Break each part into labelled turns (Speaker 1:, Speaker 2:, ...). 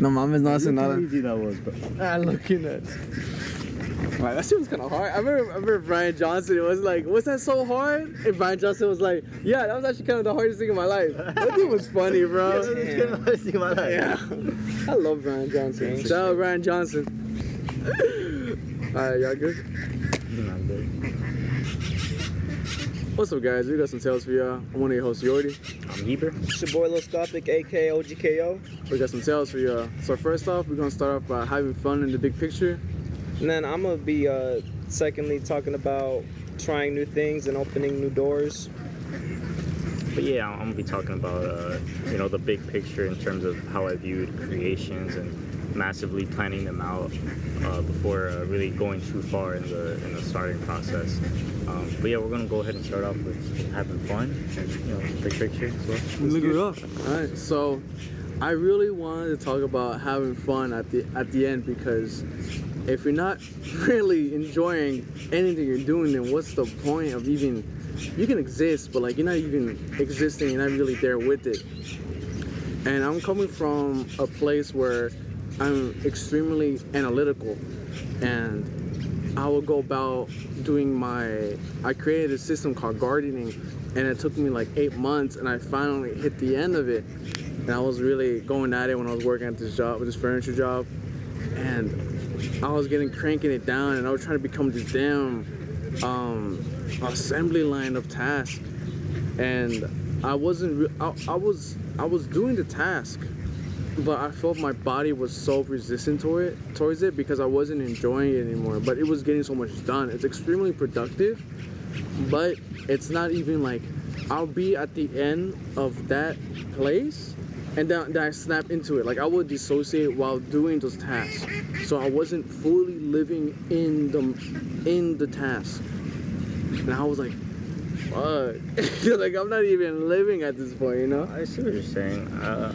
Speaker 1: No, mama's not saying
Speaker 2: Look how
Speaker 1: nada.
Speaker 2: easy that was, bro.
Speaker 1: Ah, looking at. Wow, that shit was kind of hard. I remember, I remember Brian Johnson. It was like, was that so hard? And Brian Johnson was like, yeah, that was actually kind of the hardest thing in my life. That thing was funny, bro.
Speaker 2: Damn.
Speaker 1: Yeah. I love Brian Johnson. Shout out Brian Johnson. Alright, y'all good? What's up, guys? We got some tales for y'all. I'm one of your hosts, Yordi.
Speaker 2: I'm Heber.
Speaker 3: It's your boy Lil Scopic, aka OGKO.
Speaker 1: We got some tales for y'all. So first off, we're gonna start off by having fun in the big picture.
Speaker 3: And then I'm gonna be uh, secondly talking about trying new things and opening new doors.
Speaker 4: But yeah, I'm gonna be talking about uh, you know the big picture in terms of how I viewed creations and massively planning them out uh, before uh, really going too far in the in the starting process. Um, but yeah, we're gonna go ahead and start off with having fun, you know, big picture. So
Speaker 1: Look it up. Alright, so I really wanted to talk about having fun at the at the end because if you're not really enjoying anything you're doing, then what's the point of even you can exist, but like you're not even existing, you're not really there with it. And I'm coming from a place where I'm extremely analytical and I will go about doing my. I created a system called gardening, and it took me like eight months, and I finally hit the end of it. And I was really going at it when I was working at this job, this furniture job, and I was getting cranking it down, and I was trying to become this damn um, assembly line of tasks, and I wasn't. Re- I, I was. I was doing the task, but I felt my body was so resistant to it, towards it, because I wasn't enjoying it anymore. But it was getting so much done. It's extremely productive, but it's not even like I'll be at the end of that place, and then, then I snap into it. Like I would dissociate while doing those tasks, so I wasn't fully living in the in the task, and I was like, fuck, like I'm not even living at this point, you know?
Speaker 4: I see what you're saying, uh,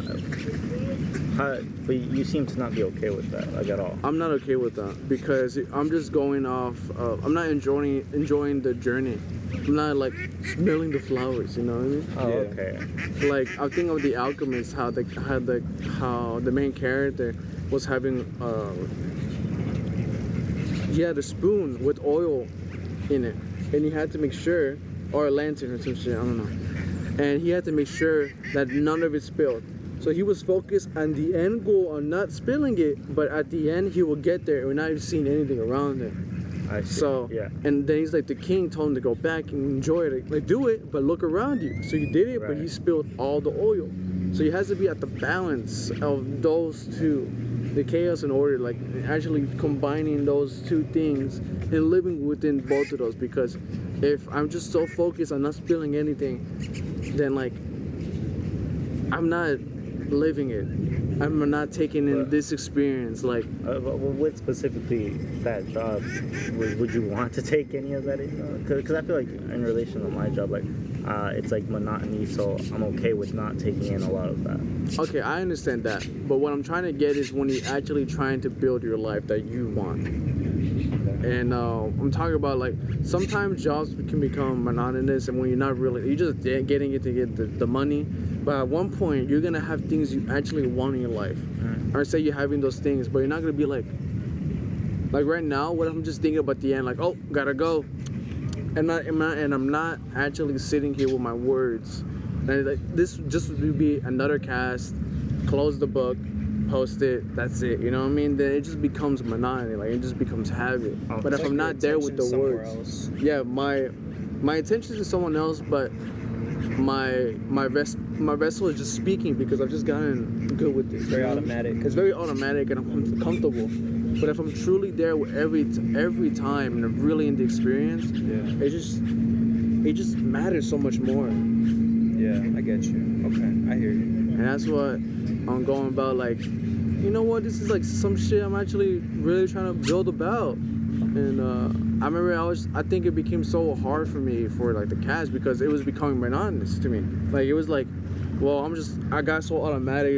Speaker 4: how, but you seem to not be okay with that like at all.
Speaker 1: I'm not okay with that because I'm just going off. Uh, I'm not enjoying enjoying the journey. I'm not like smelling the flowers. You know what I mean?
Speaker 4: Oh,
Speaker 2: Yeah.
Speaker 4: okay.
Speaker 1: Like I think of the alchemist, how the how the how the main character was having uh, he had a spoon with oil in it, and he had to make sure, or a lantern or some shit. I don't know. And he had to make sure that none of it spilled. So he was focused on the end goal on not spilling it, but at the end he will get there and not even seeing anything around it.
Speaker 4: I see.
Speaker 1: So
Speaker 4: yeah.
Speaker 1: and then he's like the king told him to go back and enjoy it, like do it, but look around you. So he did it, but he
Speaker 4: Right.
Speaker 1: spilled all the oil. So he has to be at the balance of those two, the chaos and order, like actually combining those two things and living within both of those. Because if I'm just so focused on not spilling anything, then like I'm not living it. I'm not taking in
Speaker 4: Right.
Speaker 1: this experience. Like
Speaker 4: Uh, but well, what specifically that job would, would you want to take any of that because i feel like in relation to my job like uh, it's like monotony so i'm okay with not taking in a lot of that
Speaker 1: Okay, I understand that. But what I'm trying to get is when you're actually trying to build your life that you want. And uh, I'm talking about like sometimes jobs can become monotonous, and when you're not really, you're just de- getting it to get the, the money. But at one point, you're gonna have things you actually want in your life, or say you're having those things, but you're not gonna be like, like right now, what I'm just thinking about the end, like oh, gotta go, and not, and not- and I'm not actually sitting here with my words. And like, this just would be another cast, close the book, post it, that's it. You know what I mean? Then it just becomes monotony, like it just becomes habit.
Speaker 4: Oh,
Speaker 1: but if
Speaker 3: Take
Speaker 1: I'm
Speaker 3: your
Speaker 1: not there with
Speaker 3: attention
Speaker 1: the
Speaker 3: somewhere
Speaker 1: words,
Speaker 3: else.
Speaker 1: yeah, my my attention is someone else, but my my ves- my vessel is just speaking because I've just gotten good with this.
Speaker 3: Very
Speaker 1: you know?
Speaker 3: automatic.
Speaker 1: It's very automatic, and I'm com- comfortable. But if I'm truly there with every t- every time and I'm really in the experience,
Speaker 3: Yeah,
Speaker 1: it just it just matters so much more.
Speaker 3: yeah, I get you. Okay, I hear you.
Speaker 1: And that's what I'm going about. Like, you know what? This is like some shit I'm actually really trying to build about. And uh, I remember I was, I think it became so hard for me for like the cast because it was becoming monotonous to me. Like, it was like, well, I'm just, I got so automatic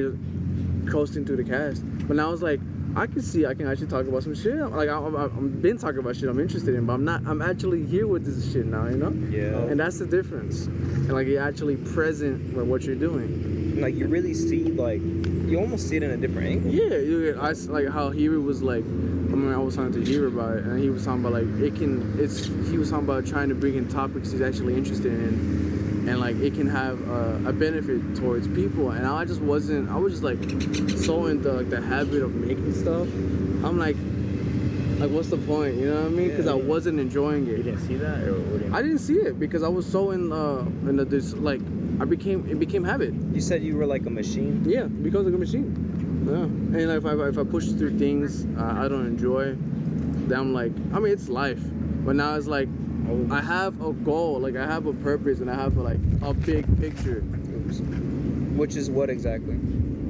Speaker 1: coasting through the cast. But now it's like, I can see I can actually talk about some shit. Like, I, I, I've been talking about shit I'm interested in, but I'm not, I'm actually here with this shit now, you know?
Speaker 3: Yeah.
Speaker 1: And that's the difference. And like, you're actually present with what you're doing.
Speaker 3: and, like you really see like you almost see it in a different angle.
Speaker 1: Yeah, you get- I s- like how Heber was like. I mean, I was talking to Heber about it, and he was talking about like it can. It's he was talking about trying to bring in topics he's actually interested in, and like it can have a, a benefit towards people. And I just wasn't. I was just like so into like the habit of making stuff. I'm like, like what's the point? You know what I mean? Because
Speaker 4: Yeah.
Speaker 1: I wasn't enjoying
Speaker 4: You
Speaker 1: it.
Speaker 4: didn't see that, or what do you
Speaker 1: I didn't see it because I was so in uh in the this like I became it became habit.
Speaker 3: You said you were like a machine.
Speaker 1: Yeah, becomes like a machine. Yeah, and if I if I push through things uh, I don't enjoy, then I'm like, I mean, it's life. But now it's like I have a goal, like I have a purpose, and I have like a big picture.
Speaker 3: Oops. Which is what exactly?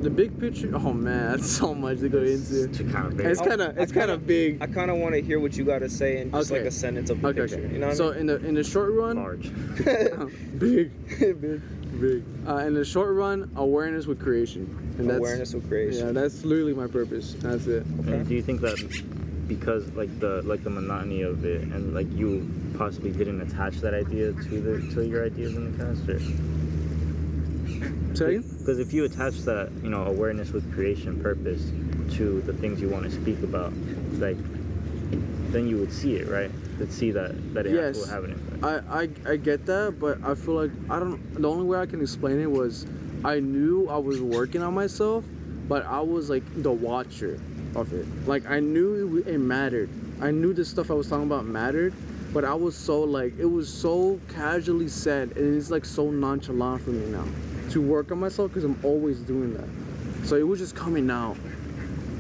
Speaker 1: The big picture. Oh man, that's so much to go into.
Speaker 4: to kind of
Speaker 1: It's
Speaker 3: Oh,
Speaker 1: kind of
Speaker 3: I
Speaker 1: it's kind
Speaker 3: kinda-
Speaker 1: of big.
Speaker 3: I kind of want to hear what you got to say in just
Speaker 1: Okay.
Speaker 3: like a sentence of the
Speaker 1: Okay,
Speaker 3: picture. You know
Speaker 1: okay.
Speaker 3: what
Speaker 1: So in the in the short run,
Speaker 4: large.
Speaker 1: big,
Speaker 3: I mean?
Speaker 1: big. Uh, in the short run, awareness with creation, and that's
Speaker 3: Awareness of creation.
Speaker 1: yeah, that's literally my purpose. That's it.
Speaker 4: And do you think that because like the like the monotony of it, and like you possibly didn't attach that idea to the to your ideas in the past, or
Speaker 1: Say again?
Speaker 4: because if you attach that you know awareness with creation purpose to the things you want to speak about, like then you would see it, right? You'd see that that it
Speaker 1: Yes.
Speaker 4: will have an impact.
Speaker 1: I, I I get that, but I feel like I don't. The only way I can explain it was, I knew I was working on myself, but I was like the watcher of it. Like I knew it, it mattered. I knew the stuff I was talking about mattered, but I was so like it was so casually said, and it's like so nonchalant for me now to work on myself because I'm always doing that. So it was just coming out,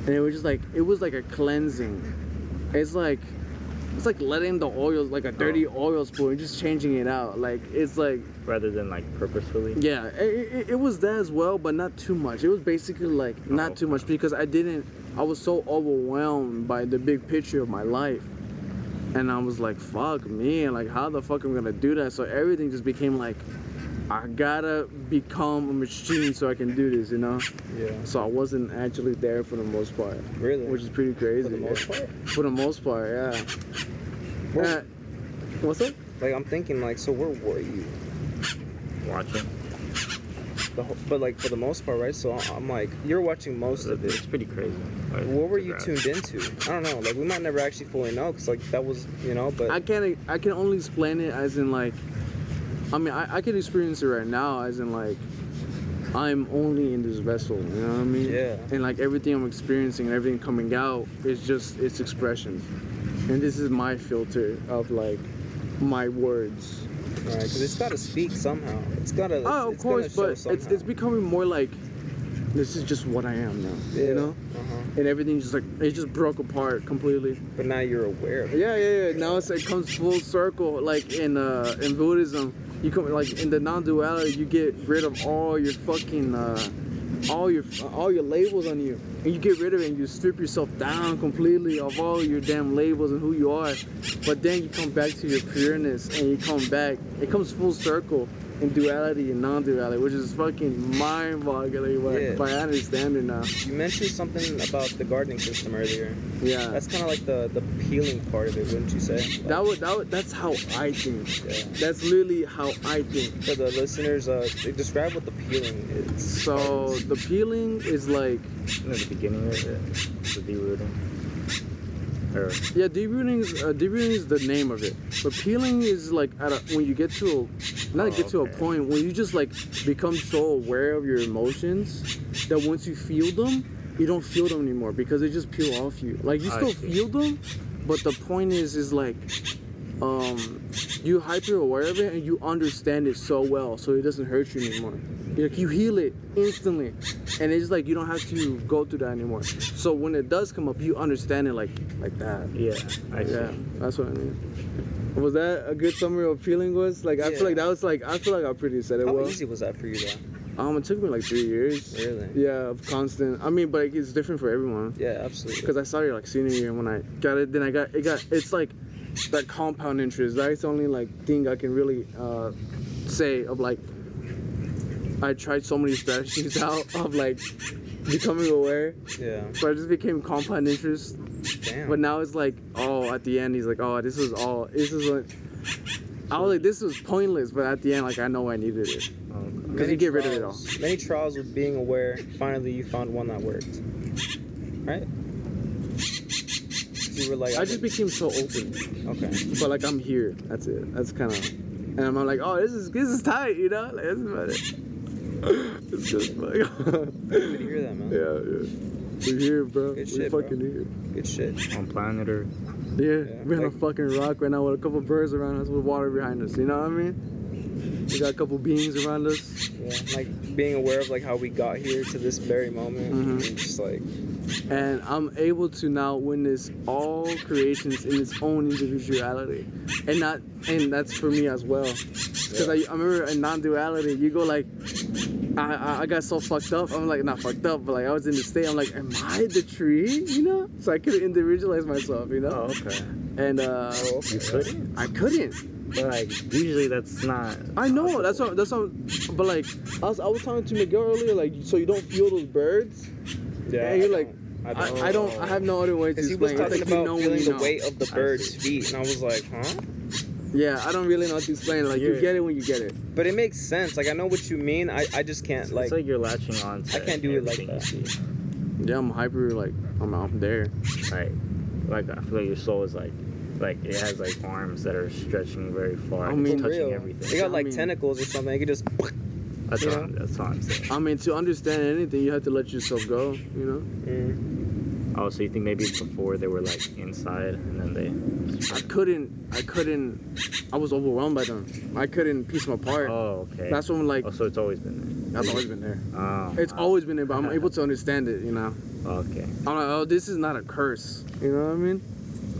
Speaker 1: and it was just like it was like a cleansing. It's like it's like letting the oils, like a dirty oil spoon, and just changing it out. Like it's like,
Speaker 4: rather than like purposefully.
Speaker 1: yeah, it, it, it was that as well, but not too much. It was basically like not
Speaker 4: Oh,
Speaker 1: too much because I didn't. I was so overwhelmed by the big picture of my life, and I was like, "Fuck me!" Like, how the fuck am I gonna do that? So everything just became like, I gotta become a machine so I can do this, you know.
Speaker 3: Yeah.
Speaker 1: So I wasn't actually there for the most part,
Speaker 3: Really.
Speaker 1: which is pretty crazy.
Speaker 3: for the
Speaker 1: yeah.
Speaker 3: most part.
Speaker 1: For the most part, yeah.
Speaker 3: Well-
Speaker 1: Uh, what's up?
Speaker 3: Like I'm thinking, like, so where were you?
Speaker 4: Watching,
Speaker 3: The whole, but like for the most part, right? So I'm like, you're watching most of it.
Speaker 4: it's pretty crazy. like,
Speaker 3: What were
Speaker 4: to
Speaker 3: you
Speaker 4: grasp.
Speaker 3: tuned into? I don't know. Like we might never actually fully know, cause like that was, you know. But
Speaker 1: I can't. I can only explain it as in like. I mean, I, I can experience it right now as in like. I'm only in this vessel. You know what I mean?
Speaker 3: Yeah.
Speaker 1: And like everything I'm experiencing and everything coming out is just its expression, and this is my filter of like my words.
Speaker 3: right, cause it's gotta speak somehow. It's gotta. it's-
Speaker 1: oh, of
Speaker 3: it's gonna
Speaker 1: course,
Speaker 3: show
Speaker 1: but it's
Speaker 3: somehow.
Speaker 1: it's becoming more like. This is just what I am now.
Speaker 3: Yeah.
Speaker 1: You know.
Speaker 3: Uh-huh.
Speaker 1: And everything just like it just broke apart completely.
Speaker 3: But now you're aware. Of it.
Speaker 1: Yeah, yeah, yeah. Now it's, it comes full circle, like in uh, in Buddhism, you come like in the non-duality, you get rid of all your fucking uh, all your all your labels on you, and you get rid of it, and you strip yourself down completely of all your damn labels and who you are. But then you come back to your pureness, and you come back. It comes full circle in duality and non-duality, which is fucking mind-boggling. But
Speaker 3: Yeah.
Speaker 1: but I understand it now.
Speaker 3: You mentioned something about the gardening system earlier.
Speaker 1: Yeah.
Speaker 3: That's kind of like the the peeling part of it, wouldn't you say?
Speaker 1: that would, that would, that's how I think.
Speaker 3: Yeah.
Speaker 1: That's literally how I think.
Speaker 3: For the listeners, uh, describe what the peeling is.
Speaker 1: So the peeling is like
Speaker 4: You know, the beginning of it, the derooting. Or
Speaker 1: yeah, derooting is uh, derooting is the name of it. But peeling is like at a, when you get to a, not
Speaker 4: Oh,
Speaker 1: get to a
Speaker 4: okay.
Speaker 1: point when you just like become so aware of your emotions that once you feel them, you don't feel them anymore because they just peel off you. Like you
Speaker 4: I
Speaker 1: still
Speaker 4: see.
Speaker 1: feel them, but the point is is like um you hyper aware of it and you understand it so well so it doesn't hurt you anymore You're like you heal it instantly and it's like you don't have to go through that anymore so when it does come up you understand it like like that
Speaker 4: yeah, I see.
Speaker 1: yeah that's what i mean was that a good summary of feeling was like i
Speaker 3: Yeah.
Speaker 1: feel like that was like i feel like i pretty said it
Speaker 3: How
Speaker 1: well
Speaker 3: easy was that for you, though?
Speaker 1: um it took me like three years
Speaker 3: Really?
Speaker 1: yeah of constant i mean but it it's different for everyone
Speaker 3: Yeah, absolutely.
Speaker 1: because I started like senior year and when I got it, then I got it got it's like that compound interest. That's the only like thing I can really uh, say of like I tried so many strategies out of like becoming aware,
Speaker 3: Yeah.
Speaker 1: so I just became compound interest.
Speaker 3: Damn.
Speaker 1: But now it's like oh, at the end he's like oh, this is all this is what. I was like, this was pointless, but at the end, like, I know I needed it.
Speaker 4: Um,
Speaker 1: Because you get rid of it all.
Speaker 3: trials- Many trials with being aware. Finally, you found one that worked. Right? You were like,
Speaker 1: I just became so open.
Speaker 3: okay.
Speaker 1: But like I'm here. That's it. That's kind of. And I'm like, oh, this is this is tight, you know? Like, this is about it. It's just like.
Speaker 3: Good to hear that, man.
Speaker 1: yeah, yeah. We're here, bro.
Speaker 3: Good
Speaker 1: We're
Speaker 3: shit, bro.
Speaker 1: fucking
Speaker 3: Good shit.
Speaker 4: on planet Earth.
Speaker 1: here. Yeah,
Speaker 3: Yeah.
Speaker 1: we're on a
Speaker 3: Like-
Speaker 1: fucking rock right now with a couple birds around us with water behind us. You know what I mean? We got a couple beings around us,
Speaker 3: Yeah. Like being aware of like how we got here to this very moment.
Speaker 1: Mhm.
Speaker 3: And just like
Speaker 1: and I'm able to now witness all creations in its own individuality, and not, and that's for me as well. Because I, I remember in non-duality, you go like, I, I, I got so fucked up. I'm like, not fucked up, but like I was in the state. I'm like, am I the tree? You know? So I couldn't individualize myself, you know?
Speaker 4: okay.
Speaker 1: And uh,
Speaker 3: oh,
Speaker 4: You
Speaker 3: okay.
Speaker 4: couldn't?
Speaker 1: I couldn't.
Speaker 4: But like, usually that's not.
Speaker 1: I know. That's what. That's what. But like, I was, I was talking to Miguel earlier. Like, so you don't feel those birds?
Speaker 3: Yeah.
Speaker 1: you're
Speaker 3: I
Speaker 1: like,
Speaker 3: don't-
Speaker 1: I, I don't. I have no other way to
Speaker 3: Because he was
Speaker 1: explain. it. It's
Speaker 3: talking
Speaker 1: like you
Speaker 3: about
Speaker 1: know when
Speaker 3: feeling
Speaker 1: you
Speaker 3: the
Speaker 1: know.
Speaker 3: weight of the
Speaker 4: I
Speaker 3: bird's
Speaker 4: see.
Speaker 3: feet, and I was like, huh?
Speaker 1: Yeah, I don't really know how to explain. it. Like, you
Speaker 4: You're-
Speaker 1: get it when you get it.
Speaker 3: But it makes sense. Like I know what you mean. I, I just can't
Speaker 4: It's like,
Speaker 3: like.
Speaker 4: you're latching on to
Speaker 3: I can't do it like
Speaker 4: everything you see.
Speaker 1: Yeah, I'm hyper. Like, I'm out there.
Speaker 4: Like, like I feel like your soul is like, like it has like arms that are stretching very far.
Speaker 1: I
Speaker 4: and
Speaker 1: mean,
Speaker 4: it's
Speaker 3: for
Speaker 4: touching
Speaker 3: real. They
Speaker 4: everything.
Speaker 1: I
Speaker 3: got like
Speaker 1: mean-
Speaker 3: tentacles or something. You could just.
Speaker 4: That's
Speaker 3: you
Speaker 4: what, I'm, that's what I'm saying.
Speaker 1: I mean, to understand anything, you have to let yourself go. You know.
Speaker 3: Mm.
Speaker 4: Oh, so you think maybe before they were like inside and then they?
Speaker 1: I couldn't. I couldn't. I was overwhelmed by them. I couldn't piece them apart.
Speaker 4: Oh, okay.
Speaker 1: That's when like
Speaker 4: oh, so it's always been
Speaker 1: that's always been there.
Speaker 4: there. Oh,
Speaker 1: It's
Speaker 4: wow.
Speaker 1: always been there, but I'm able to understand it. You know.
Speaker 4: okay.
Speaker 1: I'm like, oh, this is not a curse. You know what I mean?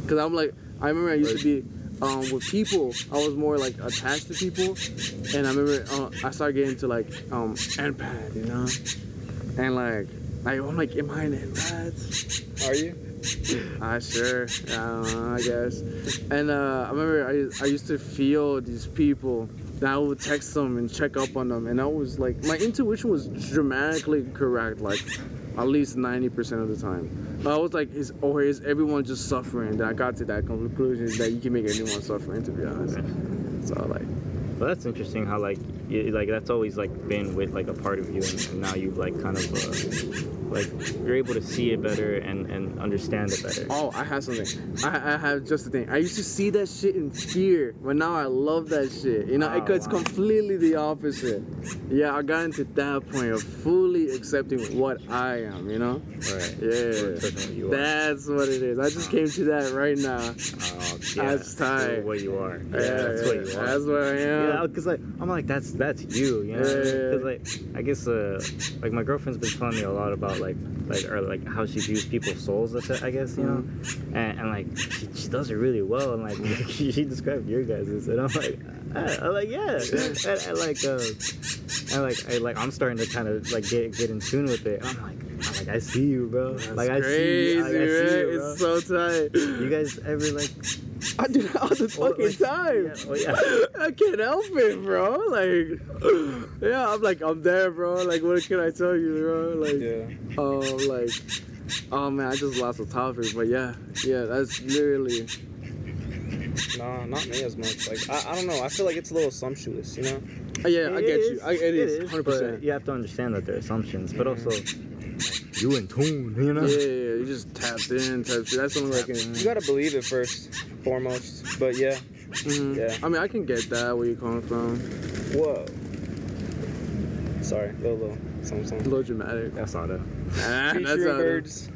Speaker 1: Because I'm like, I remember I used to be um, with people. I was more like attached to people, and I remember uh, I started getting to like um, empath, you know, and like. Like, I'm like, am I an empath?
Speaker 3: Are you?
Speaker 1: Ah, sure. I don't know, Uh, I guess. And uh, I remember I, I used to feel these people. Then I would text them and check up on them. And I was like, my intuition was dramatically correct. Like, at least 90% of the time. But I was like, is or is everyone just suffering? That I got to that conclusion that you can make anyone suffering, to be honest. So like,
Speaker 4: Well, that's interesting how like you, like that's always like been with like a part of you, and, and now you've like kind of uh, like you're able to see it better and and understand it better.
Speaker 1: oh, I have something. I, I have just a thing. I used to see that shit in fear, but now I love that shit. You know,
Speaker 4: Oh,
Speaker 1: it cuts
Speaker 4: wow.
Speaker 1: completely the opposite. Yeah, I got into that point of fully accepting what I am. You know,
Speaker 4: Right.
Speaker 1: yeah.
Speaker 4: Accepting what you are.
Speaker 1: That's what it is. I just came to that right now.
Speaker 4: Oh,
Speaker 1: That's tight.
Speaker 4: What you are. Yeah,
Speaker 1: Yeah,
Speaker 4: that's what you
Speaker 1: yeah,
Speaker 4: are.
Speaker 1: That's what I am.
Speaker 4: yeah, because like I'm like that's that's you, you know.
Speaker 1: Yeah.
Speaker 4: Because like I guess uh like my girlfriend's been telling me a lot about like like or like how she views people's souls. That's it, I guess you know,
Speaker 1: Mm-hmm.
Speaker 4: and, and like she, she does it really well. And like she, she described your guys' and I'm like I, am like yeah, and, and, like uh, and like I like I'm starting to kind of like get get in tune with it. And I'm like I'm like I see you, bro.
Speaker 1: That's
Speaker 4: like
Speaker 1: crazy,
Speaker 4: I see you. I, I see
Speaker 1: right?
Speaker 4: you, bro.
Speaker 1: It's so tight.
Speaker 4: you guys ever like
Speaker 1: I do that all the
Speaker 4: Well,
Speaker 1: fucking
Speaker 4: like-
Speaker 1: time.
Speaker 4: yeah, well, yeah.
Speaker 1: I can't help it, bro. Like, yeah, I'm like, I'm there, bro. Like, what can I tell you, bro? Like,
Speaker 3: Yeah.
Speaker 1: um, like, oh man, I just lost the topic, but yeah, yeah, that's literally.
Speaker 3: Nah, not me as much. Like I, I don't know. I feel like it's a little sumptuous, you know?
Speaker 1: Uh, yeah, I
Speaker 4: It
Speaker 1: get
Speaker 4: is,
Speaker 1: you. I, it is, 100.
Speaker 4: But
Speaker 1: percent
Speaker 4: you have to understand that they're assumptions, but also you in tune, you
Speaker 1: Yeah,
Speaker 4: know.
Speaker 1: yeah, yeah, you just tapped in, tapped in. That's something I can.
Speaker 3: You gotta believe it first, foremost. But yeah.
Speaker 1: mhm.
Speaker 3: Yeah.
Speaker 1: I mean, I can get that where you're coming from.
Speaker 3: Whoa. Sorry, little little something.
Speaker 1: A
Speaker 3: something.
Speaker 1: little dramatic.
Speaker 4: That's all that.
Speaker 1: Ah,
Speaker 3: Featuring
Speaker 1: that's how-
Speaker 3: birds.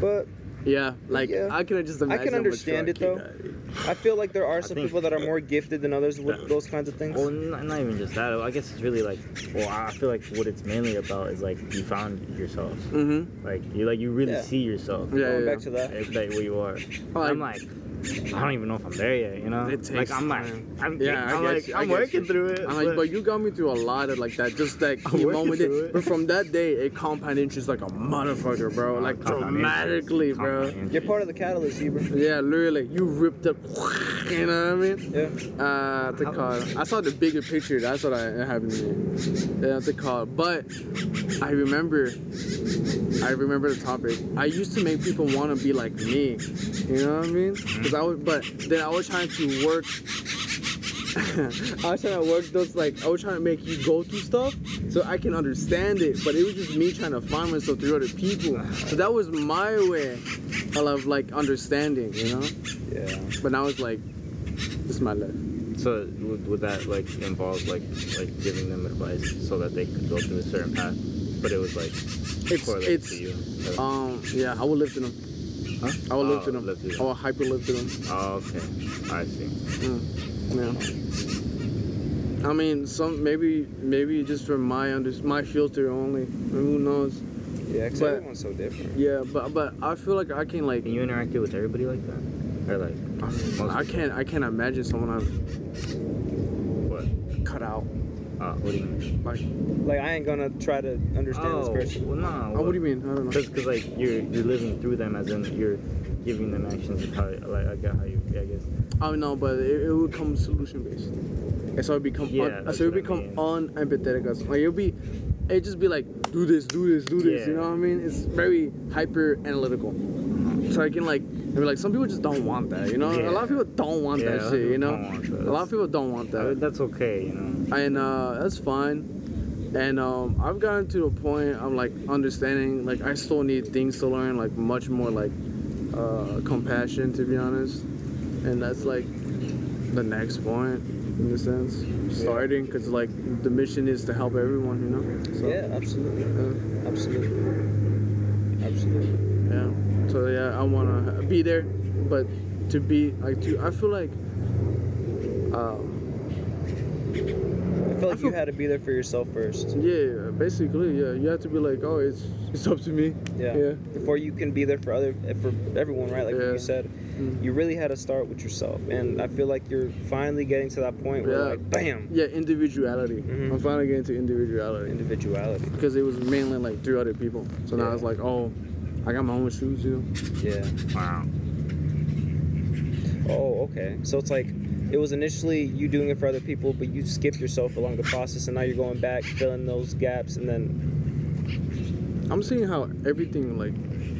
Speaker 3: But
Speaker 1: Yeah, like
Speaker 3: Yeah.
Speaker 1: I can just
Speaker 3: can
Speaker 1: imagine. how much
Speaker 3: understand
Speaker 1: work
Speaker 3: it,
Speaker 1: you
Speaker 3: though.
Speaker 1: got.
Speaker 3: I feel like there are some
Speaker 4: think- Oh,
Speaker 3: people that are more gifted than others with those kinds of things.
Speaker 4: Well, not, not even just that. I guess it's really like, well, I feel like what it's mainly about is like you found yourself,
Speaker 1: Mhm.
Speaker 4: like you like you really
Speaker 3: Yeah.
Speaker 4: see yourself.
Speaker 1: Yeah,
Speaker 3: Going
Speaker 1: yeah.
Speaker 3: back to that.
Speaker 4: It's like where you are.
Speaker 1: Oh,
Speaker 4: I'm like, I don't even know if I'm there yet, you know.
Speaker 1: It takes
Speaker 4: like I'm like,
Speaker 1: time.
Speaker 4: I'm,
Speaker 1: Yeah, I
Speaker 4: I'm
Speaker 1: get
Speaker 4: like,
Speaker 1: you, I
Speaker 4: I'm
Speaker 1: get
Speaker 4: working
Speaker 1: you.
Speaker 4: through it.
Speaker 1: I'm like, but you got me through a lot of like that, just that
Speaker 4: I'm
Speaker 1: key
Speaker 4: working
Speaker 1: moment.
Speaker 4: through it.
Speaker 1: But from that day, it compounded interest like a motherfucker, bro. Like dramatically, bro.
Speaker 3: You're part of the catalyst, Hebrew.
Speaker 1: Yeah, literally, you ripped up. You know what I mean?
Speaker 3: Yeah.
Speaker 1: Uh, to call. I saw the bigger picture. That's what I it happened to me. Uh, Yeah, to call. But I remember. I remember the topic. I used to make people want to be like me. You know what I mean? Because I was, but then I was trying to work I was trying to work those like I was trying to make you go through stuff so I can understand it, but it was just me trying to find myself through other people. So that was my way of like understanding, you know.
Speaker 3: Yeah.
Speaker 1: But now it's like it's my life.
Speaker 4: So would, would that like involve like like giving them advice so that they could go through a certain path, but it was like
Speaker 1: It's
Speaker 4: correlated
Speaker 1: it's
Speaker 4: to you? So-
Speaker 1: um yeah I will live to them.
Speaker 4: Huh?
Speaker 1: I will live
Speaker 4: Oh,
Speaker 1: to them.
Speaker 4: live through
Speaker 1: I will hyper live to them.
Speaker 4: Oh, okay. I see.
Speaker 1: Yeah. I mean, some maybe maybe just from my under my filter only. Who knows?
Speaker 3: Yeah, 'cause
Speaker 1: But-
Speaker 3: everyone's so different.
Speaker 1: Yeah, but but I feel like I can like
Speaker 4: And you interacted with everybody like that, or
Speaker 1: I
Speaker 4: like
Speaker 1: mean,
Speaker 4: most
Speaker 1: I
Speaker 4: people?
Speaker 1: can't I can't imagine someone I've
Speaker 4: what?
Speaker 1: cut out. uh,
Speaker 4: Uh, what do you mean?
Speaker 3: Like I ain't gonna try to understand
Speaker 4: oh,
Speaker 3: this person.
Speaker 4: Well, nah,
Speaker 1: Oh, what do you mean? I don't know.
Speaker 4: Because cause, like you're you're living through them as in you're giving them actions of how like I got how you I guess
Speaker 1: I don't know, but it, it would come solution based. And so it become
Speaker 4: Yeah,
Speaker 1: un,
Speaker 4: that's
Speaker 1: so it
Speaker 4: what I
Speaker 1: become
Speaker 4: mean.
Speaker 1: unempathetic. As, like it'll be, it just be like do this, do this, do this. You
Speaker 4: Yeah.
Speaker 1: know what I mean? It's very hyper analytical. So I can like, I mean, like some people just don't want that. You know, a lot of
Speaker 4: Yeah.
Speaker 1: people don't want
Speaker 4: Yeah, a lot
Speaker 1: that
Speaker 4: of
Speaker 1: shit. You
Speaker 4: people
Speaker 1: know,
Speaker 4: don't want that.
Speaker 1: a lot of people don't want
Speaker 4: Uh,
Speaker 1: that.
Speaker 4: that's okay, you know.
Speaker 1: and uh, that's fine. And um, I've gotten to the point I'm like understanding. Like I still need things to learn. Like much more like uh, compassion, to be honest. And that's like the next point in the sense starting because like the mission is to help everyone. You know. So,
Speaker 3: yeah, absolutely.
Speaker 1: Yeah.
Speaker 3: Absolutely. Absolutely.
Speaker 1: Yeah. So yeah, I wanna be there, but to be like to I feel like. Uh,
Speaker 3: I feel like you
Speaker 1: feel-
Speaker 3: had to be there for yourself first.
Speaker 1: yeah, basically, yeah. You have to be like, oh, it's it's up to me.
Speaker 3: Yeah.
Speaker 1: Yeah.
Speaker 3: Before you can be there for other eh, for everyone, right? Like what
Speaker 1: Yeah.
Speaker 3: you said,
Speaker 1: Mm.
Speaker 3: you really had to start with yourself, and I feel like you're finally getting to that point where
Speaker 1: Yeah.
Speaker 3: like, bam,
Speaker 1: Yeah, individuality.
Speaker 3: Mhm.
Speaker 1: I'm finally getting to individuality
Speaker 3: individuality.
Speaker 1: because it was mainly like through other people. So now
Speaker 3: Yeah.
Speaker 1: it's like, oh, I got my own shoes, you know.
Speaker 3: Yeah.
Speaker 4: Wow.
Speaker 3: Oh, okay. So it's like it was initially you doing it for other people, but you skipped yourself along the process, and now you're going back, filling those gaps, and then
Speaker 1: I'm seeing how everything like,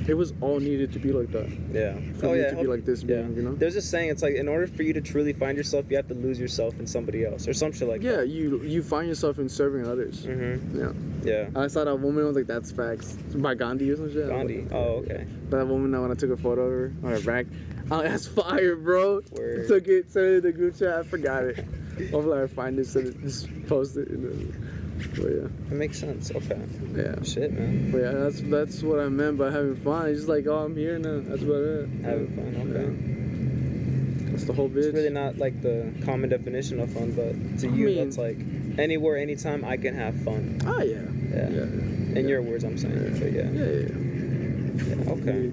Speaker 1: it was all needed to be like that
Speaker 3: yeah.
Speaker 1: for
Speaker 3: oh
Speaker 1: me
Speaker 3: yeah.
Speaker 1: to be like this,
Speaker 3: yeah.
Speaker 1: man, you know.
Speaker 3: There's this saying. It's like in order for you to truly find yourself, you have to lose yourself in somebody else or some shit like.
Speaker 1: Yeah, you you find yourself in serving others.
Speaker 3: Mm-hmm.
Speaker 1: Yeah.
Speaker 3: Yeah.
Speaker 1: I saw that woman. I was like, "That's facts." By Gandhi or some shit.
Speaker 3: Gandhi. Oh, okay.
Speaker 1: That woman that when I took a photo of her on her back, I'm like, "That's fire, bro."
Speaker 3: Word.
Speaker 1: Took it, sent it to the group chat. I forgot it. I'll like, find this and just post it. And then,
Speaker 3: That makes sense. Okay.
Speaker 1: but yeah, yeah.
Speaker 3: Shit, man.
Speaker 1: But yeah, that's that's what I meant by having fun. It's just like, oh, I'm here now. That's about it.
Speaker 3: Having fun. Okay.
Speaker 1: Yeah. That's the whole bitch.
Speaker 3: It's really not like the common definition of fun, but to
Speaker 1: I
Speaker 3: you,
Speaker 1: mean-
Speaker 3: that's like anywhere, anytime, I can have fun.
Speaker 1: oh yeah. Yeah.
Speaker 3: Yeah.
Speaker 1: Yeah.
Speaker 3: In your words, I'm saying. it, But yeah.
Speaker 1: Yeah. yeah,
Speaker 3: yeah. Okay.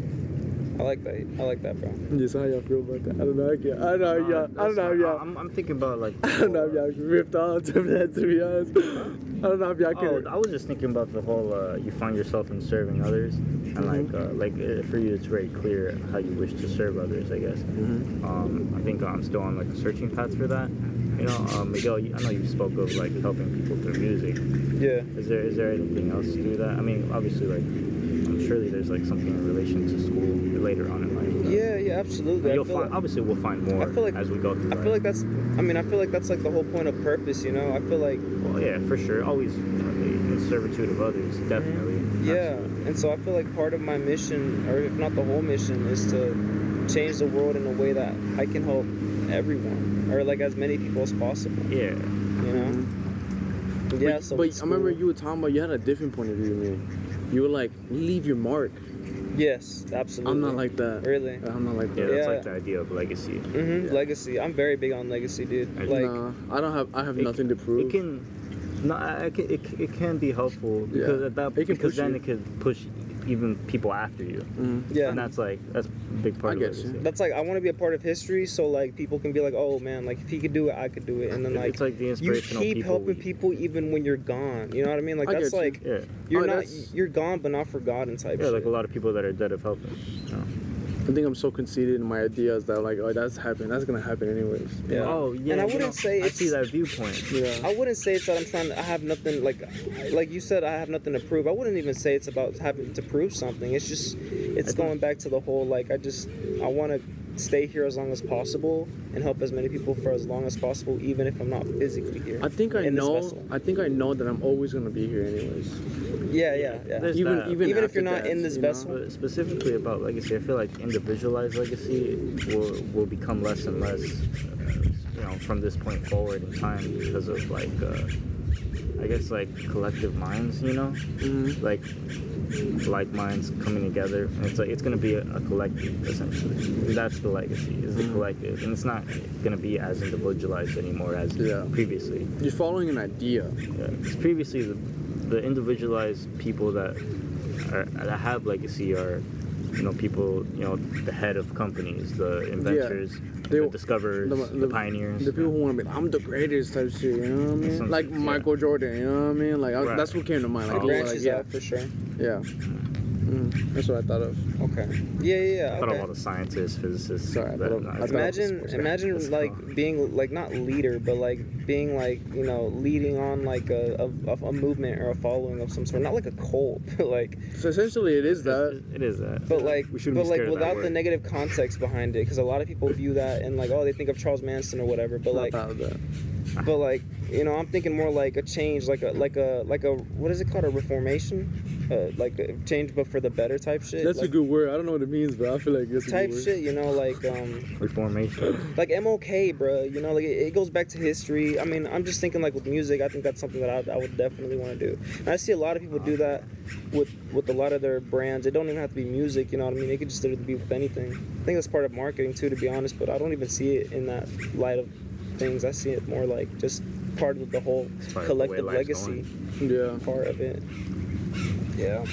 Speaker 3: I like that. I like that, bro.
Speaker 1: Yes, how y'all feel about that? I don't know. I, can't, I don't know.
Speaker 4: Nah,
Speaker 1: y'all, I don't
Speaker 4: that's
Speaker 1: know.
Speaker 4: fine.
Speaker 1: if Y'all.
Speaker 4: I'm, I'm thinking about like.
Speaker 1: I don't know if y'all ripped off to that. To be honest, I don't know if y'all
Speaker 4: Oh,
Speaker 1: can.
Speaker 4: I was just thinking about the whole uh, you find yourself in serving others, and like
Speaker 3: Mm-hmm.
Speaker 4: uh, like uh, for you, it's very clear how you wish to serve others. I guess.
Speaker 1: Mm-hmm.
Speaker 4: Um, I think I'm still on like a searching path for that. You know, um, Miguel, you, I know you spoke of like helping people through music.
Speaker 3: Yeah.
Speaker 4: Is there is there anything else to do that? I mean, obviously, like I'm surely there's like something in relation to school later on in life. that-
Speaker 3: Yeah, yeah, absolutely. I
Speaker 4: You'll
Speaker 3: feel,
Speaker 4: find,
Speaker 3: like,
Speaker 4: obviously, we'll find more
Speaker 3: I feel like-
Speaker 4: as we go through.
Speaker 3: I
Speaker 4: life.
Speaker 3: feel like that's. I mean, I feel like that's like the whole point of purpose. You know, I feel like
Speaker 4: Well, yeah, for sure. Always in servitude of others, definitely.
Speaker 3: yeah, and so I feel like part of my mission, or if not the whole mission, is to change the world in a way that I can help everyone, or like as many people as possible.
Speaker 4: Yeah.
Speaker 3: You know. Yeah.
Speaker 1: Mm-hmm. But,
Speaker 3: So
Speaker 1: but
Speaker 3: with
Speaker 1: I remember
Speaker 3: school-
Speaker 1: you were talking about you had a different point of view than me. You were like, leave your mark.
Speaker 3: Yes, absolutely.
Speaker 1: I'm not like that.
Speaker 3: Mm-hmm. Really.
Speaker 1: I'm not like
Speaker 4: Yeah,
Speaker 1: that.
Speaker 4: that's
Speaker 3: Yeah.
Speaker 4: like the idea of legacy.
Speaker 3: hmm
Speaker 1: Yeah.
Speaker 3: Legacy. I'm very big on legacy, dude.
Speaker 4: I-
Speaker 3: Like.
Speaker 1: nah, I don't have. I have
Speaker 4: It-
Speaker 1: nothing to prove.
Speaker 4: It can, no, I I can, it, c- it can be helpful because
Speaker 1: Yeah.
Speaker 4: at that
Speaker 1: It can
Speaker 4: because
Speaker 1: push
Speaker 4: then
Speaker 1: you.
Speaker 4: it could push even people after you,
Speaker 1: Mhm.
Speaker 3: Yeah.
Speaker 4: and that's like that's a big part
Speaker 1: I
Speaker 4: of
Speaker 1: guess,
Speaker 4: legacy.
Speaker 1: yeah.
Speaker 3: That's like I want to be a part of history, so like people can be like, oh man, like if he could do it, I could do it, and then
Speaker 4: It-
Speaker 3: like
Speaker 4: it's like the
Speaker 3: you
Speaker 4: inspirational
Speaker 3: keep
Speaker 4: people.
Speaker 3: helping
Speaker 4: we-
Speaker 3: people even when you're gone. You know what I mean? Like
Speaker 1: I
Speaker 3: that's
Speaker 1: get you.
Speaker 3: like
Speaker 4: Yeah,
Speaker 3: you. are
Speaker 1: Oh,
Speaker 3: not
Speaker 1: that's-
Speaker 3: you're gone but not forgotten type.
Speaker 4: yeah,
Speaker 3: shit.
Speaker 4: like a lot of people that are dead of helping.
Speaker 1: I think I'm so conceited in my ideas that like, oh, that's happened. That's gonna happen anyways.
Speaker 3: Yeah.
Speaker 4: Oh yeah.
Speaker 3: And I
Speaker 4: you
Speaker 3: wouldn't
Speaker 4: know,
Speaker 3: say
Speaker 4: I
Speaker 3: it's-
Speaker 4: see that viewpoint.
Speaker 1: Yeah.
Speaker 3: I wouldn't say it's that I'm trying. To, I have nothing like, like you said, I have nothing to prove. I wouldn't even say it's about having to prove something. It's just, it's going back to the whole like I just I want to stay here as long as possible and help as many people for as long as possible, even if I'm not physically here.
Speaker 1: I think I
Speaker 3: in this
Speaker 1: know.
Speaker 3: vessel.
Speaker 1: I think I know that I'm always gonna be here anyways.
Speaker 3: Yeah, yeah, yeah.
Speaker 4: There's
Speaker 1: Even
Speaker 4: that.
Speaker 1: even
Speaker 3: Even if
Speaker 1: after
Speaker 3: you're not
Speaker 1: death,
Speaker 3: in this
Speaker 1: you know?
Speaker 3: vessel.
Speaker 4: But specifically about legacy, I feel like individualized legacy will will become less and less, uh, you know, from this point forward in time because of like, uh, I guess like collective minds, you know,
Speaker 1: Mhm.
Speaker 4: like like minds coming together. And it's like it's gonna be a, a collective essentially. That's the legacy is the
Speaker 1: Mhm.
Speaker 4: collective, and it's not gonna be as individualized anymore as
Speaker 1: Yeah.
Speaker 4: previously.
Speaker 1: You're following an idea.
Speaker 4: Yeah, 'cause previously the, the individualized people that are, that have legacy are you know people you know the head of companies the inventors
Speaker 1: They-
Speaker 4: the discoverers the, pioneers
Speaker 1: The people who want to be, I'm the greatest type shit. You know what I mean?
Speaker 4: Some-
Speaker 1: Like
Speaker 4: yeah.
Speaker 1: Michael Jordan. You know what I mean? Like I,
Speaker 4: Right.
Speaker 1: that's what came to mind. Like,
Speaker 4: Oh.
Speaker 1: people
Speaker 3: Branches
Speaker 1: like yeah,
Speaker 3: out for sure.
Speaker 1: yeah. Mm, that's what I thought of.
Speaker 3: Okay. Yeah, yeah,
Speaker 4: I
Speaker 3: yeah.
Speaker 4: thought of
Speaker 3: Okay.
Speaker 4: all the scientists physicists
Speaker 1: Sorry, I
Speaker 4: that-
Speaker 1: thought of-
Speaker 4: no,
Speaker 1: I thought
Speaker 4: it's not-
Speaker 1: of-
Speaker 3: imagine
Speaker 1: Sports.
Speaker 3: imagine
Speaker 4: That's
Speaker 3: like
Speaker 4: cool.
Speaker 3: being like not leader but like being like you know leading on like a, a, a- a movement or a following of some sort not like a cult but like
Speaker 1: So essentially, it is that.
Speaker 4: it is that
Speaker 3: but like
Speaker 4: we shouldn't
Speaker 3: but
Speaker 4: be
Speaker 3: like
Speaker 4: scared of that
Speaker 3: without the
Speaker 4: word.
Speaker 3: negative context behind it because a lot of people view that and like oh they think of charles manson or whatever but
Speaker 1: I
Speaker 3: like
Speaker 1: thought of that.
Speaker 3: but like you know i'm thinking more like a change like a like a like a what is it called a reformation uh, like a change but for the better type shit
Speaker 1: That's
Speaker 3: like,
Speaker 1: a good word. I don't know what it means, but I feel like it's a
Speaker 3: type
Speaker 1: good word.
Speaker 3: shit you know like um
Speaker 4: reformation
Speaker 3: like MLK, bro. You know, like it, it goes back to history. I mean, I'm just thinking like with music, I think that's something that I, I would definitely want to do. And I see a lot of people do that with with a lot of their brands. It don't even have to be music. You know what I mean? It could just literally be with anything. I think that's part of marketing too, to be honest. But I don't even see it in that light of things. I see it more like just part of the whole
Speaker 4: probably the way
Speaker 3: collective
Speaker 4: life's
Speaker 3: legacy
Speaker 1: Yeah.
Speaker 3: part of it. Yeah.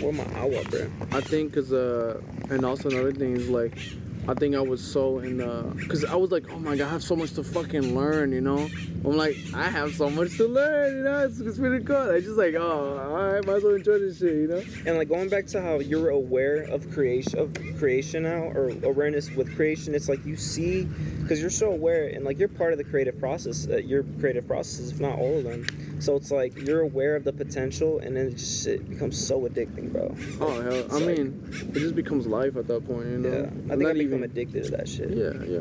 Speaker 3: Where my awa, bro?
Speaker 1: I think because uh, and also another thing is like, I think I was so in the, cause I was like, oh my god, I have so much to fucking learn, you know. I'm like, I have so much to learn, you know. It's, it's pretty cool. I just like, oh, all right, might as well enjoy this shit, you know.
Speaker 3: and like going back to how you're aware of creation of creation now or awareness with creation it's like you see because you're so aware and like you're part of the creative process uh, your creative processes if not all of them so it's like you're aware of the potential and then it just it becomes so addicting bro
Speaker 1: Oh hell, I
Speaker 3: It's like-
Speaker 1: mean, it just becomes life at that point, you know.
Speaker 3: yeah i think i become addicted to that shit
Speaker 1: Yeah, yeah.